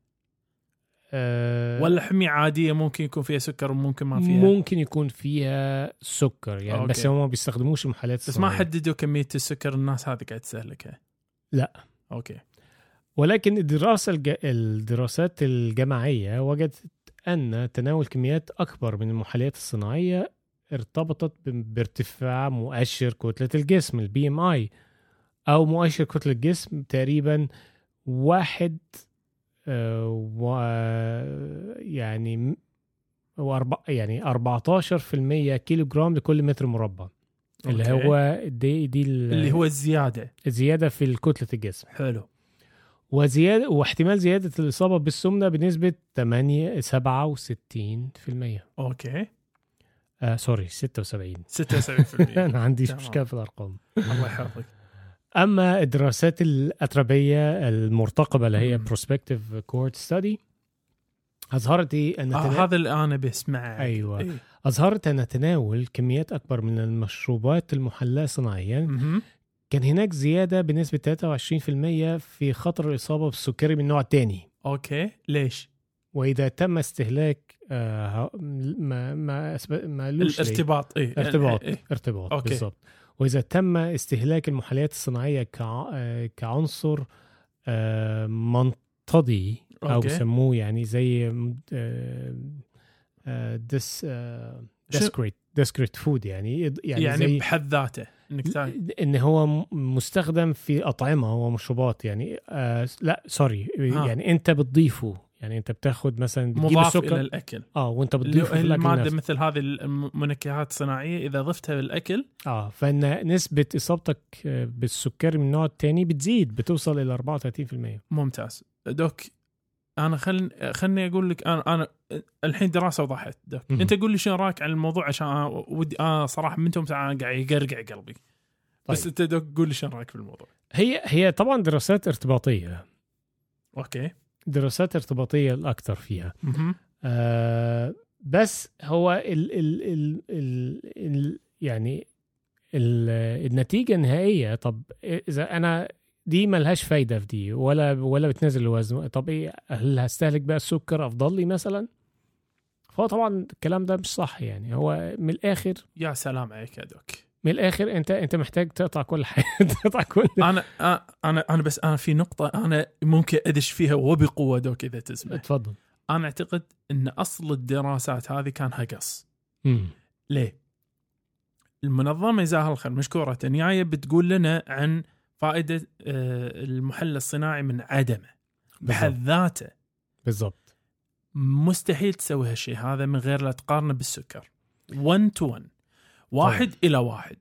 آه، ولا حميه عاديه ممكن يكون فيها سكر وممكن ما فيها آه، ممكن يكون فيها سكر يعني أوكي. بس هم ما بيستخدموش محلات بس ما صناعية. حددوا كميه السكر الناس هذه قاعد تستهلكها لا. اوكي ولكن الدراسة الج... الدراسات الجماعية وجدت أن تناول كميات أكبر من المحليات الصناعية ارتبطت ب- بارتفاع مؤشر كتلة الجسم البي ام اي أو مؤشر كتلة الجسم تقريبا واحد آه، و يعني م- وأربع يعني 14% كيلو جرام لكل متر مربع اللي أوكي. هو دي دي ال- اللي هو الزياده الزيادة في كتلة الجسم حلو وزيادة واحتمال زيادة الإصابة بالسمنة بنسبة 8 67% اوكي آه سوري 76 76% أنا عندي إيه. تمام. مشكلة في الأرقام الله يحفظك أما الدراسات الأتربية المرتقبة اللي هي مم. بروسبكتيف كورت ستادي أظهرت إيه؟ أن تنا- آه هذا اللي انا بسمعه أيوة. إيه. أظهرت أن تناول كميات أكبر من المشروبات المحلاة صناعيا مهم. كان هناك زيادة بنسبة 23% في خطر الإصابة بالسكري من نوع تاني اوكي ليش؟ واذا تم استهلاك آه ه- ما ما أسب... ما لوش ليه. الارتباط اي ارتباط إيه. ارتباط أوكي. بالضبط واذا تم استهلاك المحليات الصناعيه كع... آه، كعنصر آه، منطدي او أوكي. بيسموه يعني زي آه، آه، دس آه، شو- ديسكريت ديسكريت فود يعني يعني, يعني, زي بحد ذاته انك تاكل ان هو م- مستخدم في اطعمه ومشروبات يعني آه لا سوري آه. يعني انت بتضيفه يعني انت بتاخد مثلا بتجيب مضاف السكر الى الاكل اه وانت اللي هو بتضيف الاكل الماده نفسه. مثل هذه المنكهات الصناعيه اذا ضفتها بالاكل اه فان نسبه اصابتك آه، بالسكري من النوع الثاني بتزيد بتوصل الى 34% ممتاز دوك انا خل خلني اقول لك انا انا الحين دراسه وضحت دوك مهم. انت قول لي شنو رايك عن الموضوع عشان أنا ودي انا صراحه من توم ساعة قاعد يقرقع قلبي بس طيب. انت دوك قول لي شنو رايك في الموضوع هي هي طبعا دراسات ارتباطيه اوكي دراسات ارتباطيه الاكثر فيها مهم. آه بس هو ال ال ال ال ال يعني ال النتيجة النهائية طب إذا أنا دي ملهاش فايدة في دي ولا ولا بتنزل الوزن طب إيه هل هستهلك بقى السكر أفضل لي مثلا؟ فهو طبعا الكلام ده مش صح يعني هو من الآخر يا سلام عليك يا دوك من الآخر أنت أنت محتاج تقطع كل حاجة تقطع كل انا أ- انا انا بس انا في نقطه انا ممكن ادش فيها وبقوه دوك اذا تسمح اتفضل انا اعتقد ان اصل الدراسات هذه كان هقص مم. ليه المنظمه جزاها الخير مشكوره جايه بتقول لنا عن فائده آه، المحل الصناعي من عدمه بالظبط بحد ذاته بالظبط مستحيل تسوي هالشيء هذا من غير لا تقارنه بالسكر 1 تو 1 واحد الى واحد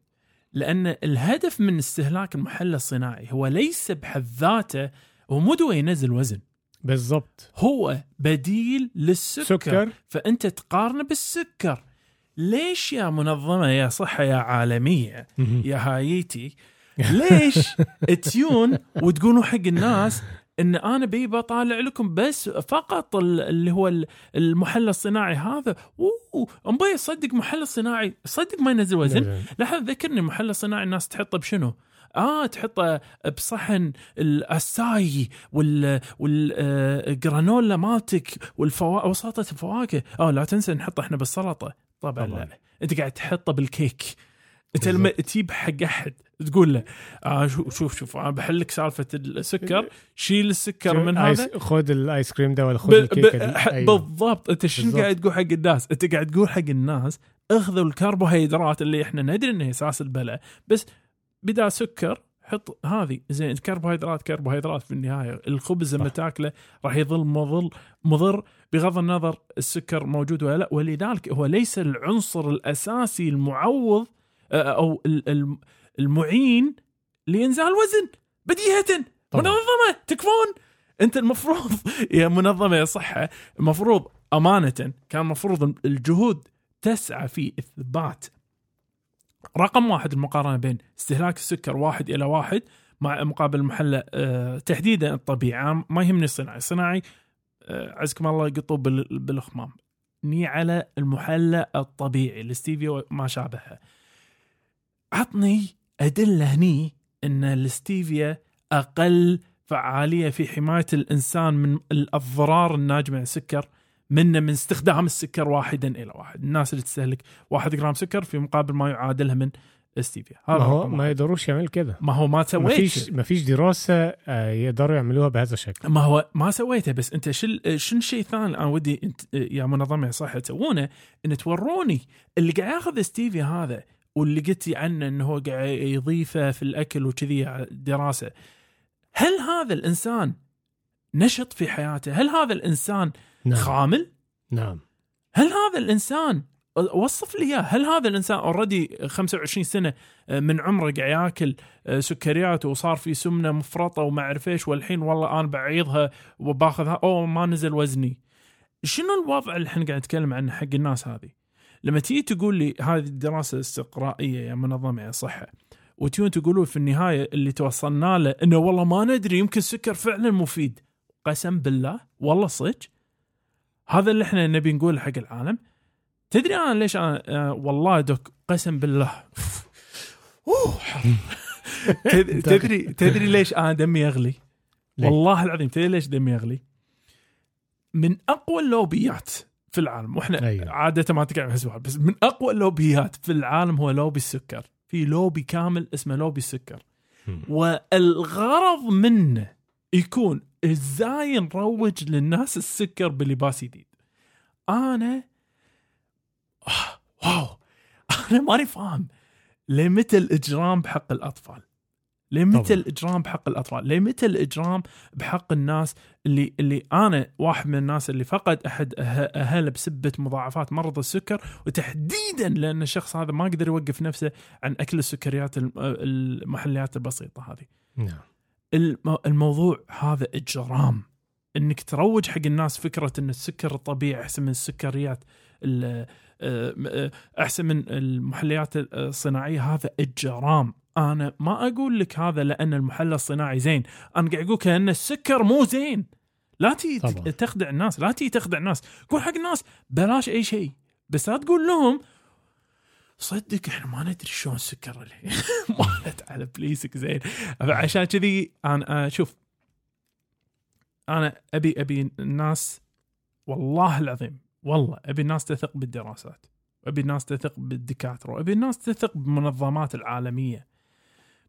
لان الهدف من استهلاك المحلى الصناعي هو ليس بحد ذاته هو مو دواء ينزل وزن بالظبط هو بديل للسكر سكر. سكر فانت تقارنه بالسكر ليش يا منظمه يا صحه يا عالميه مم. يا هايتي ليش تيون وتقولوا حق الناس ان انا بي بطالع لكم بس فقط ال- اللي هو ال- المحلى الصناعي هذا اوه امبي صدق محلى صناعي صدق ما ينزل وزن لحظه ذكرني محلى صناعي الناس تحطه بشنو؟ اه تحطه بصحن الاساي وال والجرانولا مالتك والفواكه وسلطه الفواكه، اه لا تنسى نحطه احنا بالسلطه، طبعا, طبعاً. لا انت قاعد تحطه بالكيك انت لما تجيب حق احد تقول له آه شو- شوف شوف انا بحلك سالفه السكر شيل السكر من آيس- هذا خد الايس كريم ده ولا خد ب- ب- الكيكه دي ح- أيوة. بالضبط انت شنو بالضبط. قاعد تقول حق الناس؟ انت قاعد تقول حق الناس اخذوا الكربوهيدرات اللي احنا ندري انها اساس البلاء بس بدال سكر حط هذه زين الكربوهيدرات كربوهيدرات في النهايه الخبز لما صح. تاكله راح يظل مظل مضر بغض النظر السكر موجود ولا لا ولذلك هو ليس العنصر الاساسي المعوض آه، او ال- الم- المعين لانزال وزن بديهه طبعاً. منظمه تكفون انت المفروض يا منظمه يا صحه المفروض امانه كان المفروض الجهود تسعى في اثبات رقم واحد المقارنه بين استهلاك السكر واحد الى واحد مع مقابل محله آه، تحديدا الطبيعه ما يهمني الصناعي، الصناعي آه، عزكم الله يقطوه بال- بالخمام. ني على المحلى الطبيعي الاستيفيا وما شابهه. عطني ادله هني ان الاستيفيا اقل فعاليه في حمايه الانسان من الاضرار الناجمه عن السكر منه من استخدام السكر واحدا الى واحد، الناس اللي تستهلك واحد جرام سكر في مقابل ما يعادلها من استيفيا. هذا ما هو رقم ما يقدروش يعملوا كده ما هو ما ما سويت فيش ما فيش دراسه آه، يقدروا يعملوها بهذا الشكل ما هو ما سويته بس انت شل شنو الشيء الثاني اللي انا ودي انت يا منظمه يا صحه تسوونه ان توروني اللي قاعد ياخذ ستيفي هذا واللي قلتي عنه انه هو قاعد يضيفه في الاكل وكذي دراسه هل هذا الانسان نشط في حياته؟ هل هذا الانسان نعم خامل؟ نعم هل هذا الانسان وصف لي اياه هل هذا الانسان اوريدي 25 سنه آه، من عمره قاعد ياكل آه، سكريات وصار في سمنه مفرطه وما اعرف ايش والحين والله انا بعيضها وباخذها او ما نزل وزني شنو الوضع اللي احنا قاعد نتكلم عنه حق الناس هذه لما تيجي تقول لي هذه الدراسه استقرائيه يا منظمه يا صحه وتيون تقولوا في النهايه اللي توصلنا له انه والله ما ندري يمكن السكر فعلا مفيد قسم بالله والله صدق هذا اللي احنا نبي نقول حق العالم تدري انا ليش انا آه والله دوك قسم بالله أوه، حر. تد- تدري تدري ليش انا دمي يغلي ليه؟ والله العظيم تدري ليش دمي يغلي من اقوى اللوبيات في العالم واحنا أيوة. عاده ما تقع بهالسؤال بس من اقوى اللوبيات في العالم هو لوبي السكر في لوبي كامل اسمه لوبي السكر مم. والغرض منه يكون ازاي نروج للناس السكر بلباس جديد انا آه، واو انا ماني فاهم لمتى الاجرام بحق الاطفال لمتى طبعاً. الاجرام بحق الاطفال لمتى الاجرام بحق الناس اللي اللي انا واحد من الناس اللي فقد احد أه- اهله بسبه مضاعفات مرض السكر وتحديدا لان الشخص هذا ما قدر يوقف نفسه عن اكل السكريات الم- المحليات البسيطه هذه نعم الم- الموضوع هذا اجرام انك تروج حق الناس فكره ان السكر الطبيعي احسن من السكريات ال- آه، آه، احسن من المحليات الصناعيه هذا اجرام انا ما اقول لك هذا لان المحلى الصناعي زين انا قاعد اقول كان السكر مو زين لا تي طبعاً. تخدع الناس لا تي تخدع الناس قول حق الناس بلاش اي شيء بس لا تقول لهم صدق احنا ما ندري شلون السكر الحين مالت على بليسك زين عشان كذي انا آه، شوف انا ابي ابي الناس والله العظيم والله ابي الناس تثق بالدراسات ابي الناس تثق بالدكاتره ابي الناس تثق بالمنظمات العالميه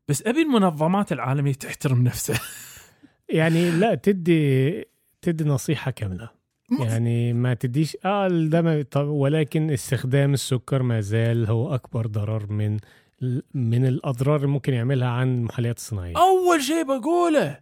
بس ابي المنظمات العالميه تحترم نفسها يعني لا تدي تدي نصيحه كامله يعني ما تديش اه ده ما طب ولكن استخدام السكر ما زال هو اكبر ضرر من من الاضرار اللي ممكن يعملها عن المحليات الصناعيه اول شيء بقوله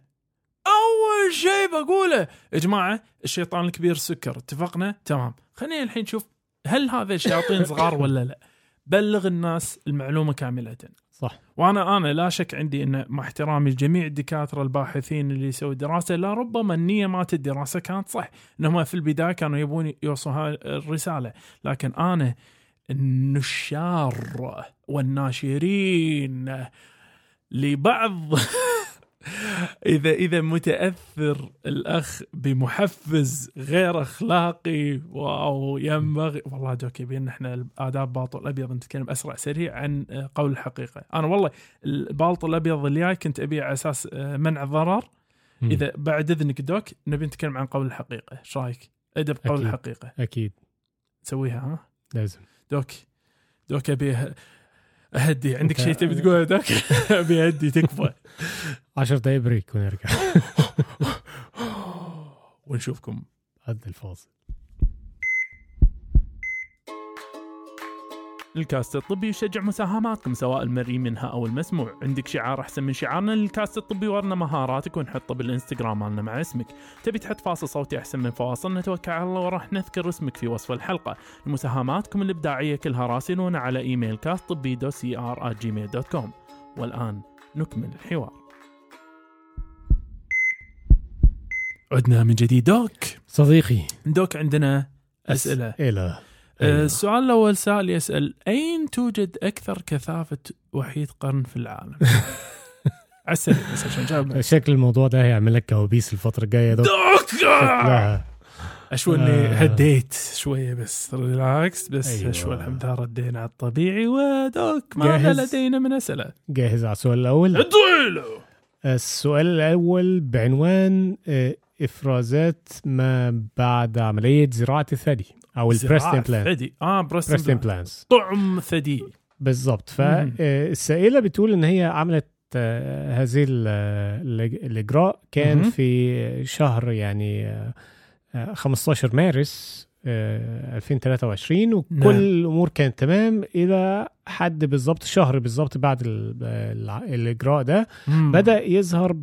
اول شيء بقوله يا جماعه الشيطان الكبير سكر اتفقنا تمام خلينا الحين نشوف هل هذا الشياطين صغار ولا لا بلغ الناس المعلومه كامله صح وانا انا لا شك عندي ان مع احترامي لجميع الدكاتره الباحثين اللي يسوي دراسه لا ربما النيه مالت الدراسه كانت صح انهم في البدايه كانوا يبون يوصلوا هاي الرساله لكن انا النشار والناشرين لبعض اذا اذا متاثر الاخ بمحفز غير اخلاقي واو ينبغي والله دوك يبين احنا الاداب باطل الابيض نتكلم اسرع سريع عن آه، قول الحقيقه انا والله البالط الابيض اللي جاي كنت ابيه على اساس آه، منع ضرر مم. اذا بعد اذنك دوك نبي نتكلم عن قول الحقيقه ايش رايك ادب قول أكيد. الحقيقه اكيد نسويها ها لازم دوك دوك ابي أه- اهدي عندك شيء تبي تقوله دوك ابي اهدي تكفى 10 دقايق بريك ونرجع ونشوفكم قد الفاصل الكاست الطبي يشجع مساهماتكم سواء المرئي منها او المسموع، عندك شعار احسن من شعارنا للكاست الطبي ورنا مهاراتك ونحطه بالانستغرام مالنا مع اسمك، تبي تحط فاصل صوتي احسن من فواصلنا توكل على الله وراح نذكر اسمك في وصف الحلقه، مساهماتكم الابداعيه كلها راسلونا على ايميل كاست طبي دو سي ار جيميل دوت كوم، والان نكمل الحوار. عدنا من جديد دوك، صديقي إيه دوك عندنا أسئلة إلى أيوة. آه، السؤال الأول سائل يسأل أين توجد أكثر كثافة وحيد قرن في العالم؟ على السريع بس عشان جاوب أيوة. شكل الموضوع ده هيعمل لك كوابيس الفترة الجاية ده لا اشوي اني آه. هديت شويه بس ريلاكس بس أيوة. أيوة. شوي الحمد لله ردينا على الطبيعي ودوك جاهز؟ ماذا لدينا من اسئله؟ جاهز على السؤال الأول ادعيله السؤال الأول بعنوان آه، إفرازات ما بعد عملية زراعة الثدي أو البريست امبلانت ثدي اه بريست بريست امبلانت امبلانتس طعم ثدي بالظبط مم. فالسائلة آه، بتقول إن هي عملت آه، هذه ال- ال- الإجراء كان مهم. في شهر يعني آه، آه، 15 مارس آه، 2023 وكل نعم. الأمور كانت تمام إلى حد بالظبط شهر بالظبط بعد ال- آه، الع- الإجراء ده مم. بدأ يظهر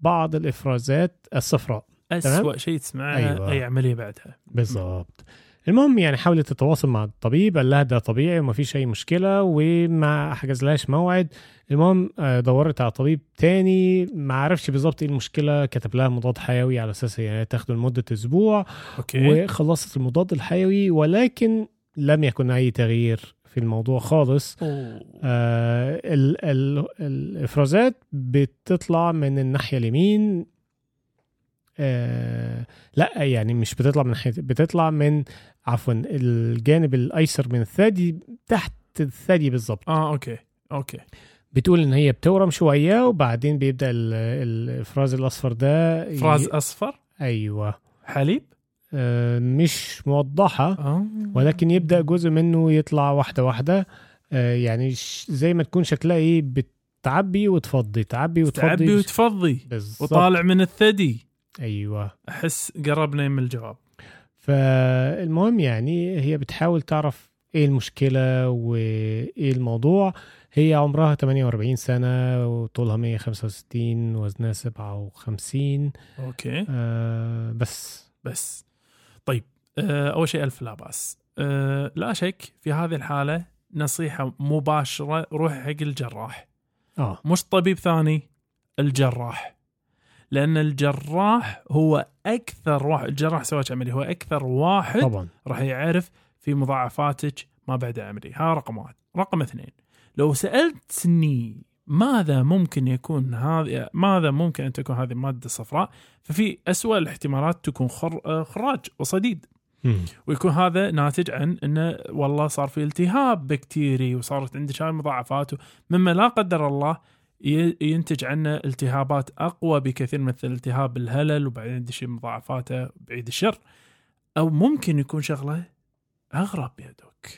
بعض الإفرازات الصفراء اسوء شيء تسمعه أيوة. أيوة. اي عمليه بعدها بالظبط المهم يعني حاولت تتواصل مع الطبيب قال لها ده طبيعي ومفيش اي مشكله وما حجزلهاش موعد المهم آه، دورت على طبيب تاني ما عرفش بالظبط ايه المشكله كتب لها مضاد حيوي على اساس هي تاخده لمده اسبوع اوكي وخلصت المضاد الحيوي ولكن لم يكن اي تغيير في الموضوع خالص أوه. آه ال ال الافرازات بتطلع من الناحيه اليمين آه لا يعني مش بتطلع من ناحيه بتطلع من عفوا الجانب الايسر من الثدي تحت الثدي بالظبط اه اوكي اوكي بتقول ان هي بتورم شويه وبعدين بيبدا ال- الافراز الاصفر ده ي- فراز اصفر ايوه حليب آه مش موضحه اه ولكن يبدا جزء منه يطلع واحده واحده آه يعني ش- زي ما تكون شكلها ايه بتعبي وتفضي تعبي وتفضي تعبي وتفضي بالظبط وطالع من الثدي ايوه احس قربنا من الجواب فالمهم يعني هي بتحاول تعرف ايه المشكله وايه الموضوع هي عمرها 48 سنه وطولها 165 وزنها 57 اوكي آه بس بس طيب آه، اول شيء الف لا باس آه، لا شك في هذه الحاله نصيحه مباشره روح حق الجراح اه مش طبيب ثاني الجراح لان الجراح هو اكثر واحد الجراح سواء عملي هو اكثر واحد طبعا راح يعرف في مضاعفاتك ما بعد عملي هذا رقم واحد رقم اثنين لو سألتني ماذا ممكن يكون هذه ماذا ممكن أن تكون هذه المادة الصفراء ففي أسوأ الاحتمالات تكون خر... آه، خراج وصديد مم. ويكون هذا ناتج عن أنه والله صار في التهاب بكتيري وصارت عندك هاي المضاعفات مما لا قدر الله ي- ينتج عنا التهابات اقوى بكثير مثل التهاب الهلل وبعدين تشي مضاعفاته بعيد الشر او ممكن يكون شغله اغرب يا دوك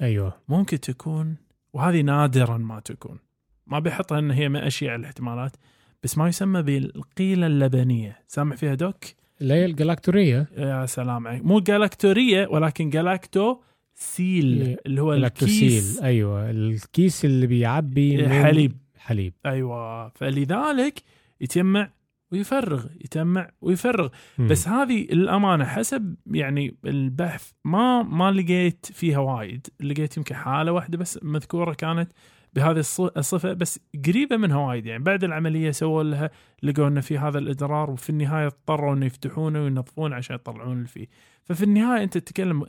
ايوه ممكن تكون وهذه نادرا ما تكون ما بيحطها ان هي من اشياء الاحتمالات بس ما يسمى بالقيله اللبنيه سامع فيها دوك اللي هي الجلاكتوريه يا سلام عليك مو جالاكتوريه ولكن جالاكتو سيل اللي هو الكيس اللاكتوسيل ايوه الكيس اللي بيعبي من- حليب حليب ايوه فلذلك يتجمع ويفرغ يتجمع ويفرغ مم. بس هذه الامانه حسب يعني البحث ما ما لقيت فيها وايد لقيت يمكن حاله واحده بس مذكوره كانت بهذه الص- الصفه بس قريبه منها وايد يعني بعد العمليه سووا لها لقوا انه في هذا الادرار وفي النهايه اضطروا انه يفتحونه وينظفونه عشان يطلعون اللي فيه ففي النهايه انت تتكلم ال-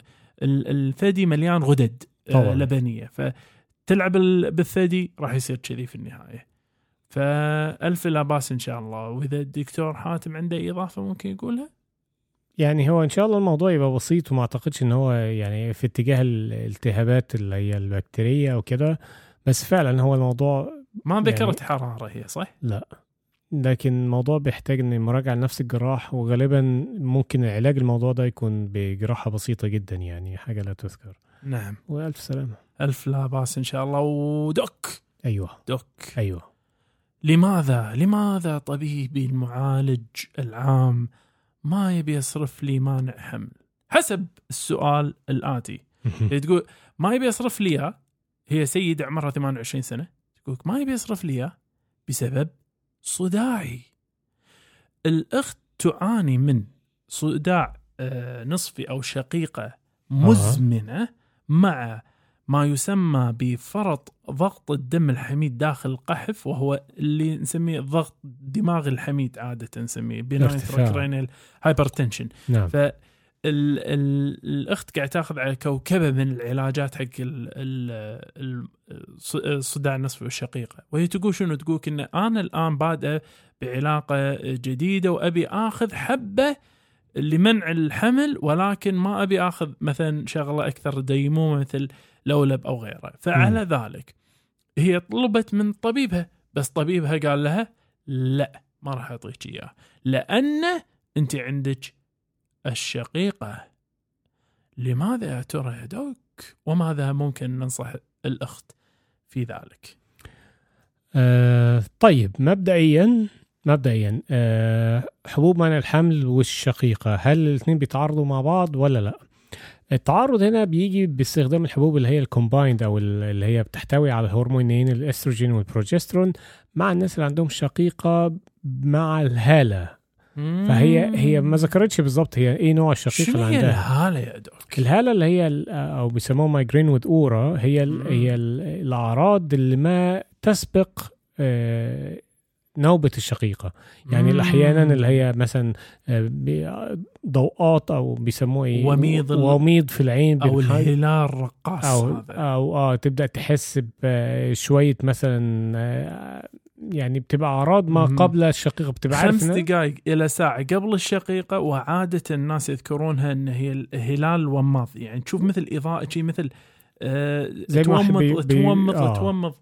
الثدي مليان غدد آه، طبعاً. لبنيه فتلعب ال- بالثدي راح يصير كذي في النهايه فالف لا باس ان شاء الله واذا الدكتور حاتم عنده أي اضافه ممكن يقولها يعني هو ان شاء الله الموضوع يبقى بسيط وما اعتقدش ان هو يعني في اتجاه الالتهابات اللي هي البكتيريه وكده بس فعلا هو الموضوع ما ذكرت حراره هي صح؟ لكن الموضوع بيحتاج ان مراجعه لنفس الجراح وغالبا ممكن علاج الموضوع ده يكون بجراحه بسيطه جدا يعني حاجه لا تذكر نعم والف سلامه الف لا باس ان شاء الله ودك ايوه دك ايوه لماذا لماذا طبيبي المعالج العام ما يبي يصرف لي مانع حمل؟ حسب السؤال الاتي هي يعني تقول ما يبي يصرف لي إياه. هي سيدة عمرها 28 سنة تقول ما يبي يصرف لي إياه بسبب صداعي الأخت تعاني من صداع آه، نصفي أو شقيقة مزمنة مع ما يسمى بفرط ضغط الدم الحميد داخل القحف وهو اللي نسميه ضغط دماغ الحميد عادة نسميه benign ارتفاع. intracranial hypertension نعم ف ال ال الاخت قاعد تاخذ على كوكبه من العلاجات حق ال- ال- ال- الصداع النصفي والشقيقه وهي تقول شنو تقول ان انا الان بادئه بعلاقه جديده وابي اخذ حبه لمنع الحمل ولكن ما ابي اخذ مثلا شغله اكثر ديمومه مثل لولب او غيره فعلى ذلك هي طلبت من طبيبها بس طبيبها قال لها لا ما راح اعطيك اياه لان انت عندك الشقيقه لماذا يا ترى يا دوك وماذا ممكن ننصح الاخت في ذلك آه طيب مبدئيا مبدئيا آه حبوب منع الحمل والشقيقه هل الاثنين بيتعارضوا مع بعض ولا لا؟ التعارض هنا بيجي باستخدام الحبوب اللي هي الكومبايند او ال- اللي هي بتحتوي على الهرمونين الاستروجين والبروجسترون مع الناس اللي عندهم شقيقه مع الهاله فهي هي ما ذكرتش بالظبط هي ايه نوع الشقيقه شنو اللي هي عندها الهاله يا دوك الهاله اللي هي ال- او بيسموها مايجرين وذ اورا هي ال مم. هي ال الاعراض اللي ما تسبق آه، نوبه الشقيقه يعني احيانا اللي هي مثلا آه، بي- ضوءات او بيسموها ايه وميض ال- وميض في العين او بينحل- الهلال الرقاص او هذا او اه تبدا تحس بشويه مثلا آه، يعني بتبقى اعراض ما مم. قبل الشقيقه بتبقى عارف خمس إنها- دقائق الى ساعه قبل الشقيقه وعاده الناس يذكرونها ان هي الهلال الوماض يعني تشوف مثل اضاءه شيء مثل آه زي ما واحد تومض بي- بي- تومض آه. تومض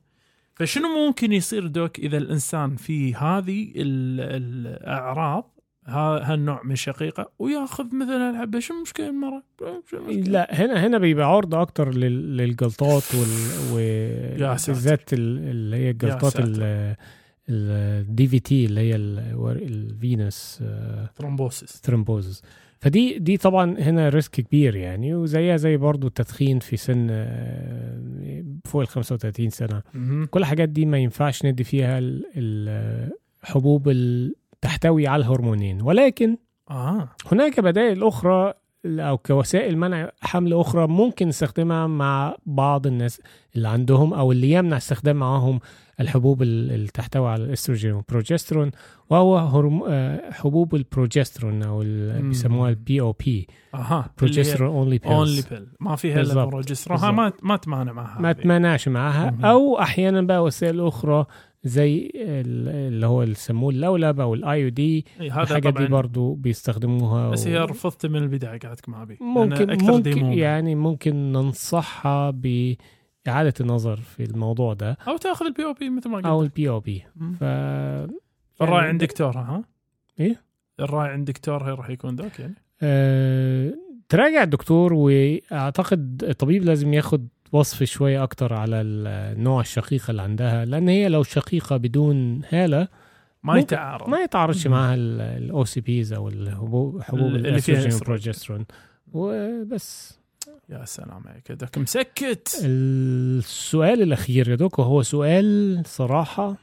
فشنو ممكن يصير دوك اذا الانسان في هذه ال- الاعراض ها- هالنوع من الشقيقه وياخذ مثل هالحبه شو المشكله المره؟ شو المشكلة؟ لا هنا هنا بيبقى عرضة أكتر لل- للجلطات وال يا و- ساتر. بالذات ال- اللي هي الجلطات ساتر. الدي في تي اللي هي الفينس ثرومبوسيس ثرومبوزس آه، فدي دي طبعا هنا ريسك كبير يعني وزيها زي برضو التدخين في سن آه، فوق ال 35 سنة مهم. كل الحاجات دي ما ينفعش ندي فيها ال- ال- الحبوب اللي تحتوي على الهرمونين ولكن اه هناك بدائل أخرى أو كوسائل منع حمل أخرى ممكن نستخدمها مع بعض الناس اللي عندهم أو اللي يمنع استخدام معاهم الحبوب ال- اللي تحتوي على الاستروجين والبروجسترون وهو هرم... آه، حبوب البروجسترون أو ال- مم. بيسموها البي أو بي اها بروجسترون اونلي اونلي بيلز بيل ما فيها الا بالضبط. بروجسترون ها ما ما تمانع معها ما هذه. تمنعش معاها مم. أو أحيانا بقى وسائل أخرى زي ال- اللي هو اللي سموه اللولب أو الاي او دي إي، هذا الحاجات دي طبعا برضو بيستخدموها بس و- هي رفضت من البدايه قالت ما ابي ممكن لأن أكثر ممكن ديمومة. يعني ممكن ننصحها بإعادة النظر في الموضوع ده او تاخذ البي او بي مثل ما قلت أو البي أو بي مم. ف الراعي يعني- عند دكتورها ها؟ إيه؟ الراعي عند دكتورها راح يكون ذاك يعني آه، تراجع الدكتور وأعتقد الطبيب لازم ياخد وصف شوية أكتر على ال- نوع الشقيقة اللي عندها لأن هي لو شقيقة بدون هالة ما ممكن- يتعارض ما يتعرضش مم. معاها الأو سي بيز أو الحبوب حبوب اللي فيها الأستروجين أستروجين. والبروجسترون وبس يا سلام عليك يا دوك مسكت السؤال الاخير يا دوك وهو سؤال صراحه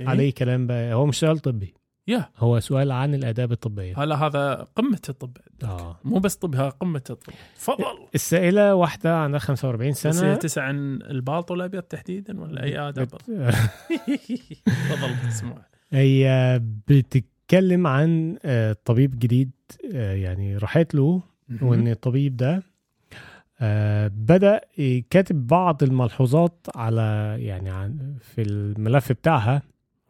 إيه؟ عليه كلام بقى هو مش سؤال طبي يا. هو سؤال عن الاداب الطبيه هلا هذا قمه الطب اه مو بس طب ها قمه الطب تفضل السائله واحده عندها 45 بس هي سنه تسأل عن البالطو الابيض تحديدا ولا اي ادب تفضل اسمع هي بتتكلم عن آه، طبيب جديد آه، يعني راحت له وان الطبيب ده آه، بدا كاتب بعض الملحوظات على يعني عن في الملف بتاعها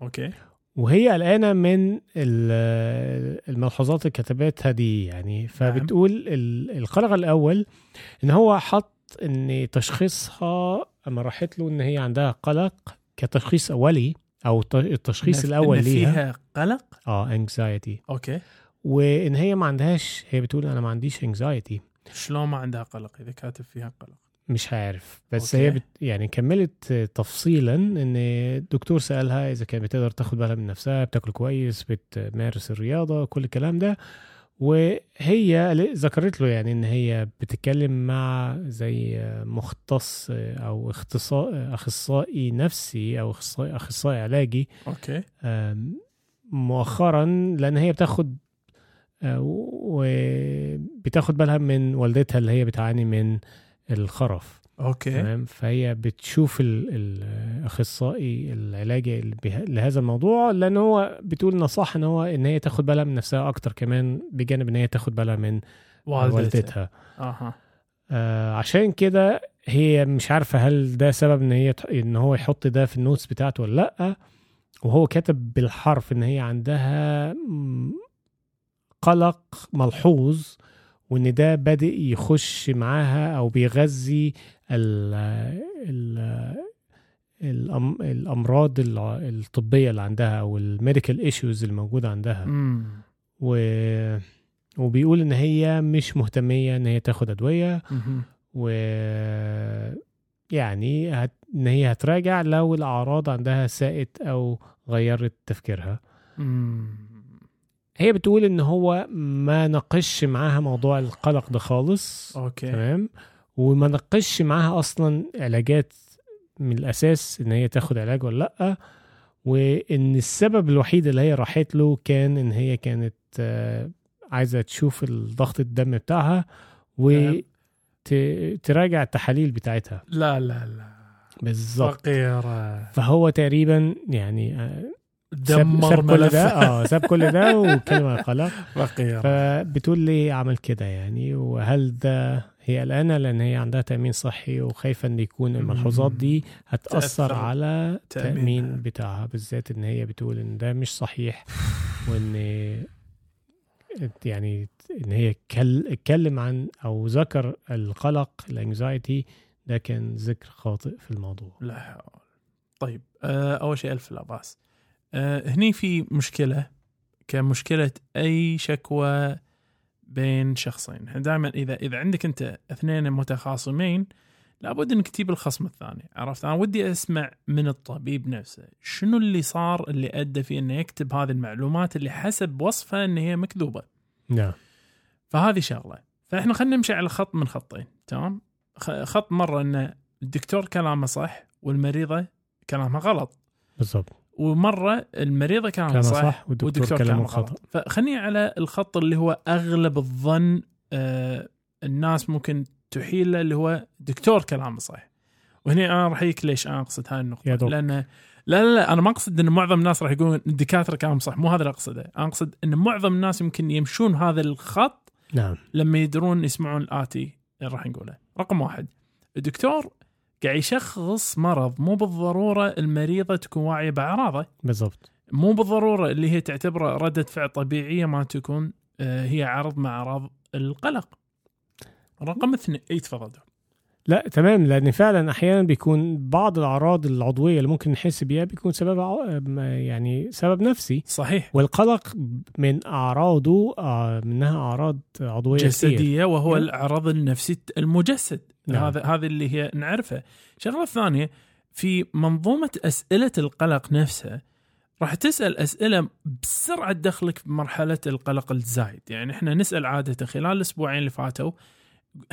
اوكي وهي قلقانه من ال- الملحوظات اللي كتبتها دي نعم. يعني فبتقول ال- القلق الاول ان هو حط ان تشخيصها اما راحت له ان هي عندها قلق كتشخيص اولي او ت- التشخيص إن- الاول إن ليها فيها قلق اه انكزايتي اوكي وان هي ما عندهاش هي بتقول انا ما عنديش انكزايتي شلون ما عندها قلق اذا كاتب فيها قلق مش عارف بس أوكي. هي بت يعني كملت تفصيلا ان الدكتور سالها اذا كانت بتقدر تاخد بالها من نفسها بتاكل كويس بتمارس الرياضه كل الكلام ده وهي قال- ذكرت له يعني ان هي بتتكلم مع زي مختص او اختصاء اخصائي نفسي او اخصائي, أخصائي علاجي اوكي آم، مؤخرا لان هي بتاخد آه، وبتاخد بالها من والدتها اللي هي بتعاني من الخرف اوكي تمام فهي بتشوف ال- الاخصائي العلاجي اللي بها- لهذا الموضوع لان هو بتقول نصح ان هو ان هي تاخد بالها من نفسها اكتر كمان بجانب ان هي تاخد بالها من والدتها والدتها اها آه عشان كده هي مش عارفه هل ده سبب ان هي ان هو يحط ده في النوتس بتاعته ولا لا وهو كتب بالحرف ان هي عندها م، قلق ملحوظ وان ده بادئ يخش معاها او بيغذي ال ال الأم- الامراض الع- الطبيه اللي عندها او الميديكال ايشوز الموجوده عندها أمم. و... وبيقول ان هي مش مهتميه ان هي تاخد ادويه مهم. و يعني هت... ان هي هتراجع لو الاعراض عندها ساءت او غيرت تفكيرها أمم. هي بتقول ان هو ما ناقشش معاها موضوع القلق ده خالص اوكي تمام وما ناقشش معاها اصلا علاجات من الاساس ان هي تاخد علاج ولا لا وان السبب الوحيد اللي هي راحت له كان ان هي كانت آه، عايزه تشوف الضغط الدم بتاعها تمام. وتراجع التحاليل بتاعتها لا لا لا بالظبط فقيرة فهو تقريبا يعني آه، ساب, دمر ساب كل ده ملف اه ساب كل ده واتكلم عن القلق فقيرة فبتقول لي عمل كده يعني وهل ده هي قلقانه لان هي عندها تامين صحي وخايفه ان يكون الملحوظات دي هتاثر تأثر على تأمينها. التامين بتاعها بالذات ان هي بتقول ان ده مش صحيح وان يعني ان هي كل- اتكلم عن او ذكر القلق الانكزايتي ده كان ذكر خاطئ في الموضوع لا حول طيب آه اول شيء الف لا باس آه هني في مشكله كمشكله اي شكوى بين شخصين دائما اذا اذا عندك انت اثنين متخاصمين لابد انك تجيب الخصم الثاني عرفت انا ودي اسمع من الطبيب نفسه شنو اللي صار اللي ادى في انه يكتب هذه المعلومات اللي حسب وصفه ان هي مكذوبه نعم فهذه شغله فاحنا خلينا نمشي على خط من خطين تمام خ- خط مره ان الدكتور كلامه صح والمريضه كلامها غلط بالظبط ومره المريضه كلامها كلامها صح, صح آه، والدكتور كلامه خطا فخليني على الخط اللي هو اغلب الظن آه الناس ممكن تحيله اللي هو دكتور كلامه صح وهنا انا راح يجيك ليش انا اقصد هاي النقطه يا دوب. لان لا لا لا انا ما اقصد ان معظم الناس راح يقولون الدكاتره كلامهم صح مو هذا اللي اقصده انا اقصد ان معظم الناس يمكن يمشون هذا الخط نعم لما يدرون يسمعون الاتي اللي راح نقوله رقم واحد الدكتور قاعد يشخص مرض مو بالضروره المريضه تكون واعيه باعراضه بالظبط مو بالضروره اللي هي تعتبره رده فعل طبيعيه ما تكون آه، هي عرض مع اعراض القلق رقم اثنين اي تفضل دكتور. لا تمام لان فعلا احيانا بيكون بعض الاعراض العضويه اللي ممكن نحس بيها بيكون سبب ع- م- يعني سبب نفسي صحيح والقلق من اعراضه آه، منها اعراض عضويه كتير. جسديه وهو الاعراض النفسي المجسد نعم. هذا هذا اللي هي نعرفه الشغله الثانيه في منظومه اسئله القلق نفسها راح تسال اسئله بسرعه تدخلك في مرحله القلق الزايد يعني احنا نسال عاده خلال الاسبوعين اللي فاتوا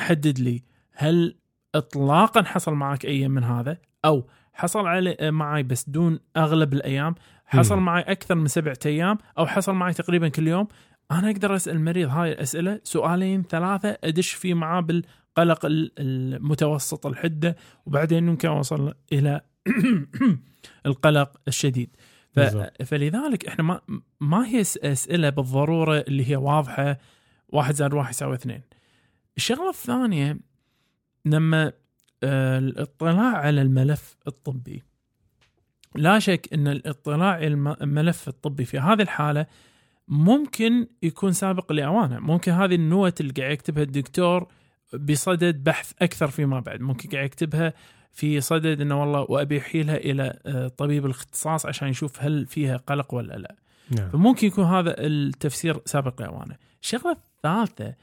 حدد لي هل اطلاقا حصل معك اي من هذا او حصل علي معي بس دون اغلب الايام حصل مم. معي اكثر من سبعة ايام او حصل معي تقريبا كل يوم انا اقدر اسال المريض هاي الاسئله سؤالين ثلاثه ادش فيه معاه بالقلق ال- المتوسط الحده وبعدين يمكن اوصل الى القلق الشديد ف... بالضبط. فلذلك احنا ما ما هي س- اسئله بالضروره اللي هي واضحه واحد زائد واحد يساوي اثنين الشغله الثانيه لما آه، الاطلاع على الملف الطبي لا شك ان الاطلاع على الم- الملف الطبي في هذه الحاله ممكن يكون سابق لاوانه، ممكن هذه النوت اللي قاعد يكتبها الدكتور بصدد بحث اكثر فيما بعد، ممكن قاعد يكتبها في صدد انه والله وابي احيلها الى آه، طبيب الاختصاص عشان يشوف هل فيها قلق ولا لا. نعم فممكن يكون هذا التفسير سابق لاوانه. الشغله الثالثه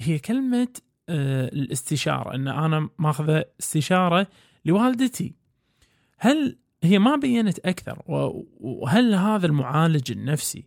هي كلمه آه، الاستشاره ان انا ماخذه استشاره لوالدتي. هل هي ما بينت اكثر و- وهل هذا المعالج النفسي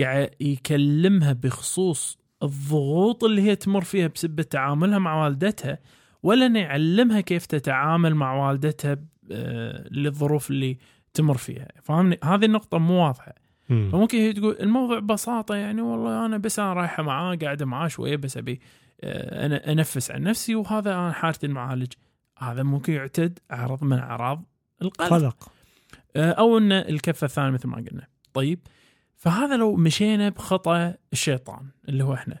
قاعد يكلمها بخصوص الضغوط اللي هي تمر فيها بسبب تعاملها مع والدتها ولا انه يعلمها كيف تتعامل مع والدتها آه، للظروف اللي تمر فيها فاهمني هذه النقطه مو واضحه مم. فممكن هي تقول الموضوع ببساطه يعني والله انا بس انا رايحه معاه قاعده معاه شويه بس ابي آه، انا انفس عن نفسي وهذا انا حاجتي المعالج هذا ممكن يعتد عرض من اعراض القلق قلق آه، او ان الكفه الثانيه مثل ما قلنا طيب فهذا لو مشينا بخطا الشيطان اللي هو احنا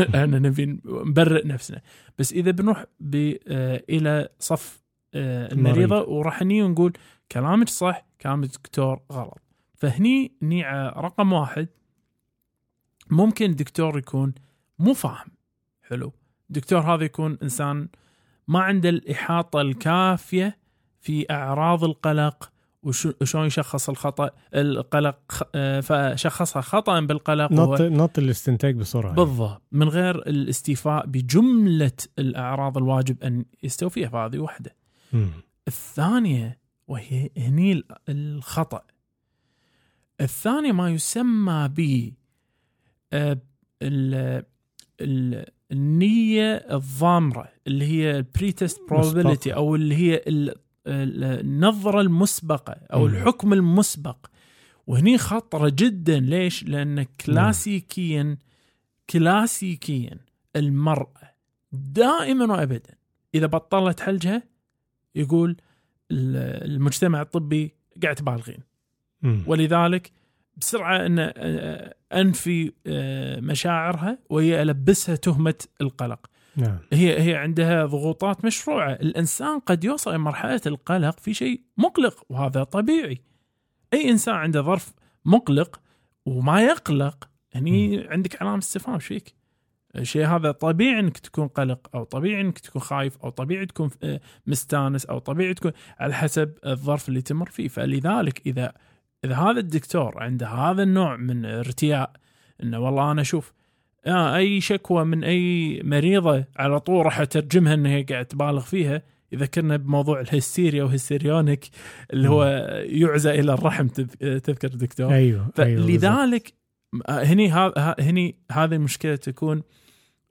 احنا نبي نبرئ نفسنا بس اذا بنروح ب- آه، الى صف آه، المريضه وراح ني ونقول كلامك صح كلام الدكتور غلط فهني ني ع- رقم واحد ممكن الدكتور يكون مو فاهم حلو الدكتور هذا يكون انسان ما عنده الاحاطه الكافيه في اعراض القلق وشو- وشلون يشخص الخطا القلق خ- آه، فشخصها خطا بالقلق وهو- نط نط الاستنتاج بسرعه بالضبط من غير الاستيفاء بجملة الأعراض الواجب أن يستوفيها فهذه واحدة مم. الثانية وهي هني ال- الخطأ الثانية ما يسمى ب آه، ال- ال- النية الضامرة اللي هي بريتست probability مسبقة. أو اللي هي ال- ال- النظرة المسبقة أو مم. الحكم المسبق وهني خطرة جدا ليش؟ لأن كلاسيكيا كلاسيكيا المرأة دائما وأبدا إذا بطلت حلجها يقول ال- المجتمع الطبي قاعد تبالغين مم. ولذلك بسرعه ان آه، انفي آه، مشاعرها وهي البسها تهمه القلق. نعم هي هي عندها ضغوطات مشروعه، الانسان قد يوصل الى مرحله القلق في شيء مقلق وهذا طبيعي. اي انسان عنده ظرف مقلق وما يقلق هني عندك علامه استفهام ايش فيك؟ الشيء هذا طبيعي انك تكون قلق او طبيعي انك تكون خايف او طبيعي تكون آه، مستانس او طبيعي تكون على حسب الظرف اللي تمر فيه فلذلك اذا اذا هذا الدكتور عنده هذا النوع من ارتياء انه والله انا اشوف آه اي شكوى من اي مريضه على طول راح اترجمها انها قاعد تبالغ فيها يذكرنا بموضوع الهستيريا وهستيريونك اللي هو يعزى الى الرحم تذ- تذكر دكتور ايوه ايوه بالظبط. فلذلك آه، هني ها- ها- هني هذه المشكله تكون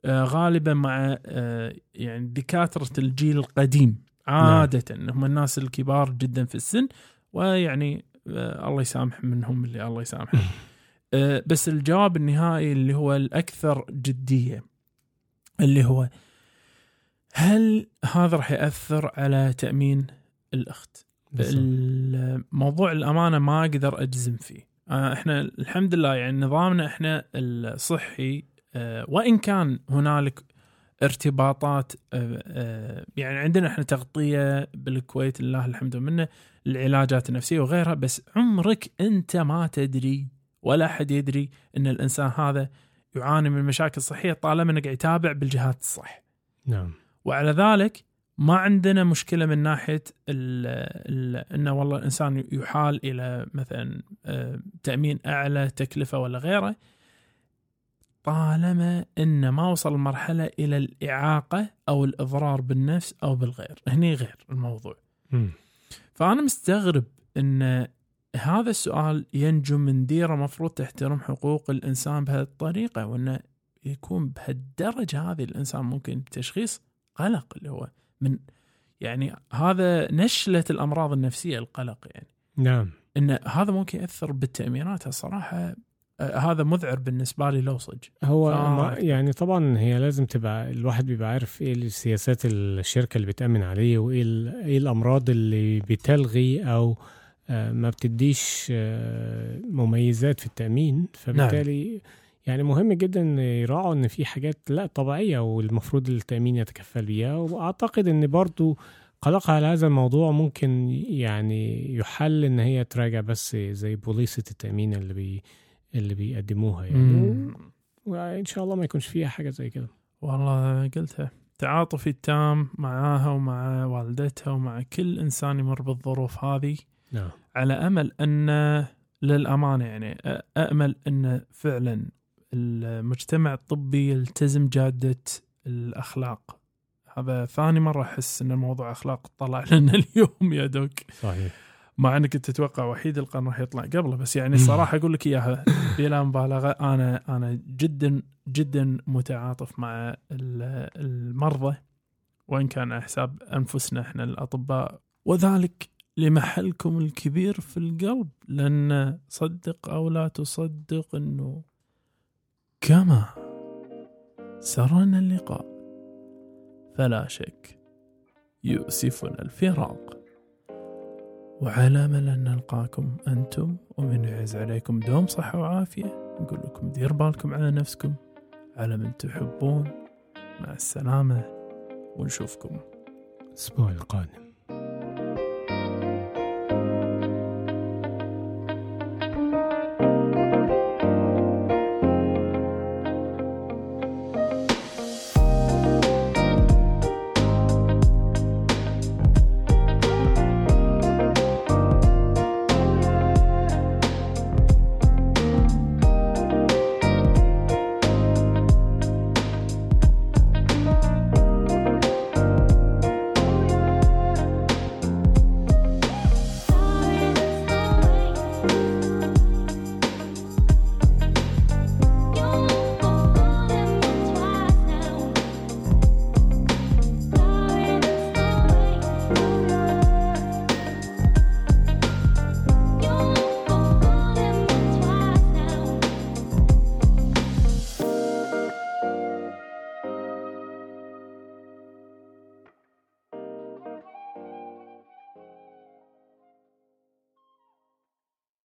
آه، غالبا مع آه، يعني دكاتره الجيل القديم عاده هم الناس الكبار جدا في السن ويعني آه، الله يسامح منهم اللي الله يسامحه آه، بس الجواب النهائي اللي هو الاكثر جديه اللي هو هل هذا راح ياثر على تامين الاخت؟ بالظبط. الموضوع الامانه ما اقدر اجزم فيه آه، احنا الحمد لله يعني نظامنا احنا الصحي آه، وان كان هنالك ارتباطات آه، آه، يعني عندنا احنا تغطيه بالكويت لله الحمد ومنه العلاجات النفسيه وغيرها بس عمرك انت ما تدري ولا احد يدري ان الانسان هذا يعاني من مشاكل صحيه طالما انه قاعد يتابع بالجهات الصح. نعم وعلى ذلك ما عندنا مشكله من ناحيه ال ال انه والله الانسان يحال الى مثلا آه، تامين اعلى تكلفه ولا غيره طالما انه ما وصل مرحله الى الاعاقه او الاضرار بالنفس او بالغير هني غير الموضوع مم. فانا مستغرب ان هذا السؤال ينجو من ديره مفروض تحترم حقوق الانسان بهالطريقه وانه يكون بهالدرجه هذه الانسان ممكن بتشخيص قلق اللي هو من يعني هذا نشله الامراض النفسيه القلق يعني نعم ان هذا ممكن ياثر بالتامينات الصراحه آه، هذا مذعر بالنسبه لي لو صج هو آه. ما يعني طبعا هي لازم تبقى الواحد بيبقى عارف ايه السياسات الشركه اللي بتامن عليه وايه ال- ايه الامراض اللي بتلغي او آه، ما بتديش آه، مميزات في التامين فبالتالي نعم. يعني مهم جدا إن يراعوا ان في حاجات لا طبيعيه والمفروض التامين يتكفل بيها واعتقد ان برضو قلقها على هذا الموضوع ممكن يعني يحل ان هي تراجع بس زي بوليصه التامين اللي بي اللي بيقدموها يعني وان شاء الله ما يكونش فيها حاجه زي كده والله قلتها تعاطفي التام معاها ومع والدتها ومع كل انسان يمر بالظروف هذه نعم على امل ان للامانه يعني أ- امل ان فعلا المجتمع الطبي يلتزم جاده الاخلاق هذا ثاني مره احس ان الموضوع اخلاق طلع لنا اليوم يا دوك صحيح مع انك كنت تتوقع وحيد القرن راح يطلع قبله بس يعني صراحه اقول لك اياها بلا مبالغه انا انا جدا جدا متعاطف مع ال- المرضى وان كان على حساب انفسنا احنا الاطباء وذلك لمحلكم الكبير في القلب لان صدق او لا تصدق انه كما سرنا اللقاء فلا شك يؤسفنا الفراق وعلى امل ان نلقاكم انتم ومن يعز عليكم دوم صحه وعافيه نقول لكم دير بالكم على نفسكم على من تحبون مع السلامة ونشوفكم الأسبوع القادم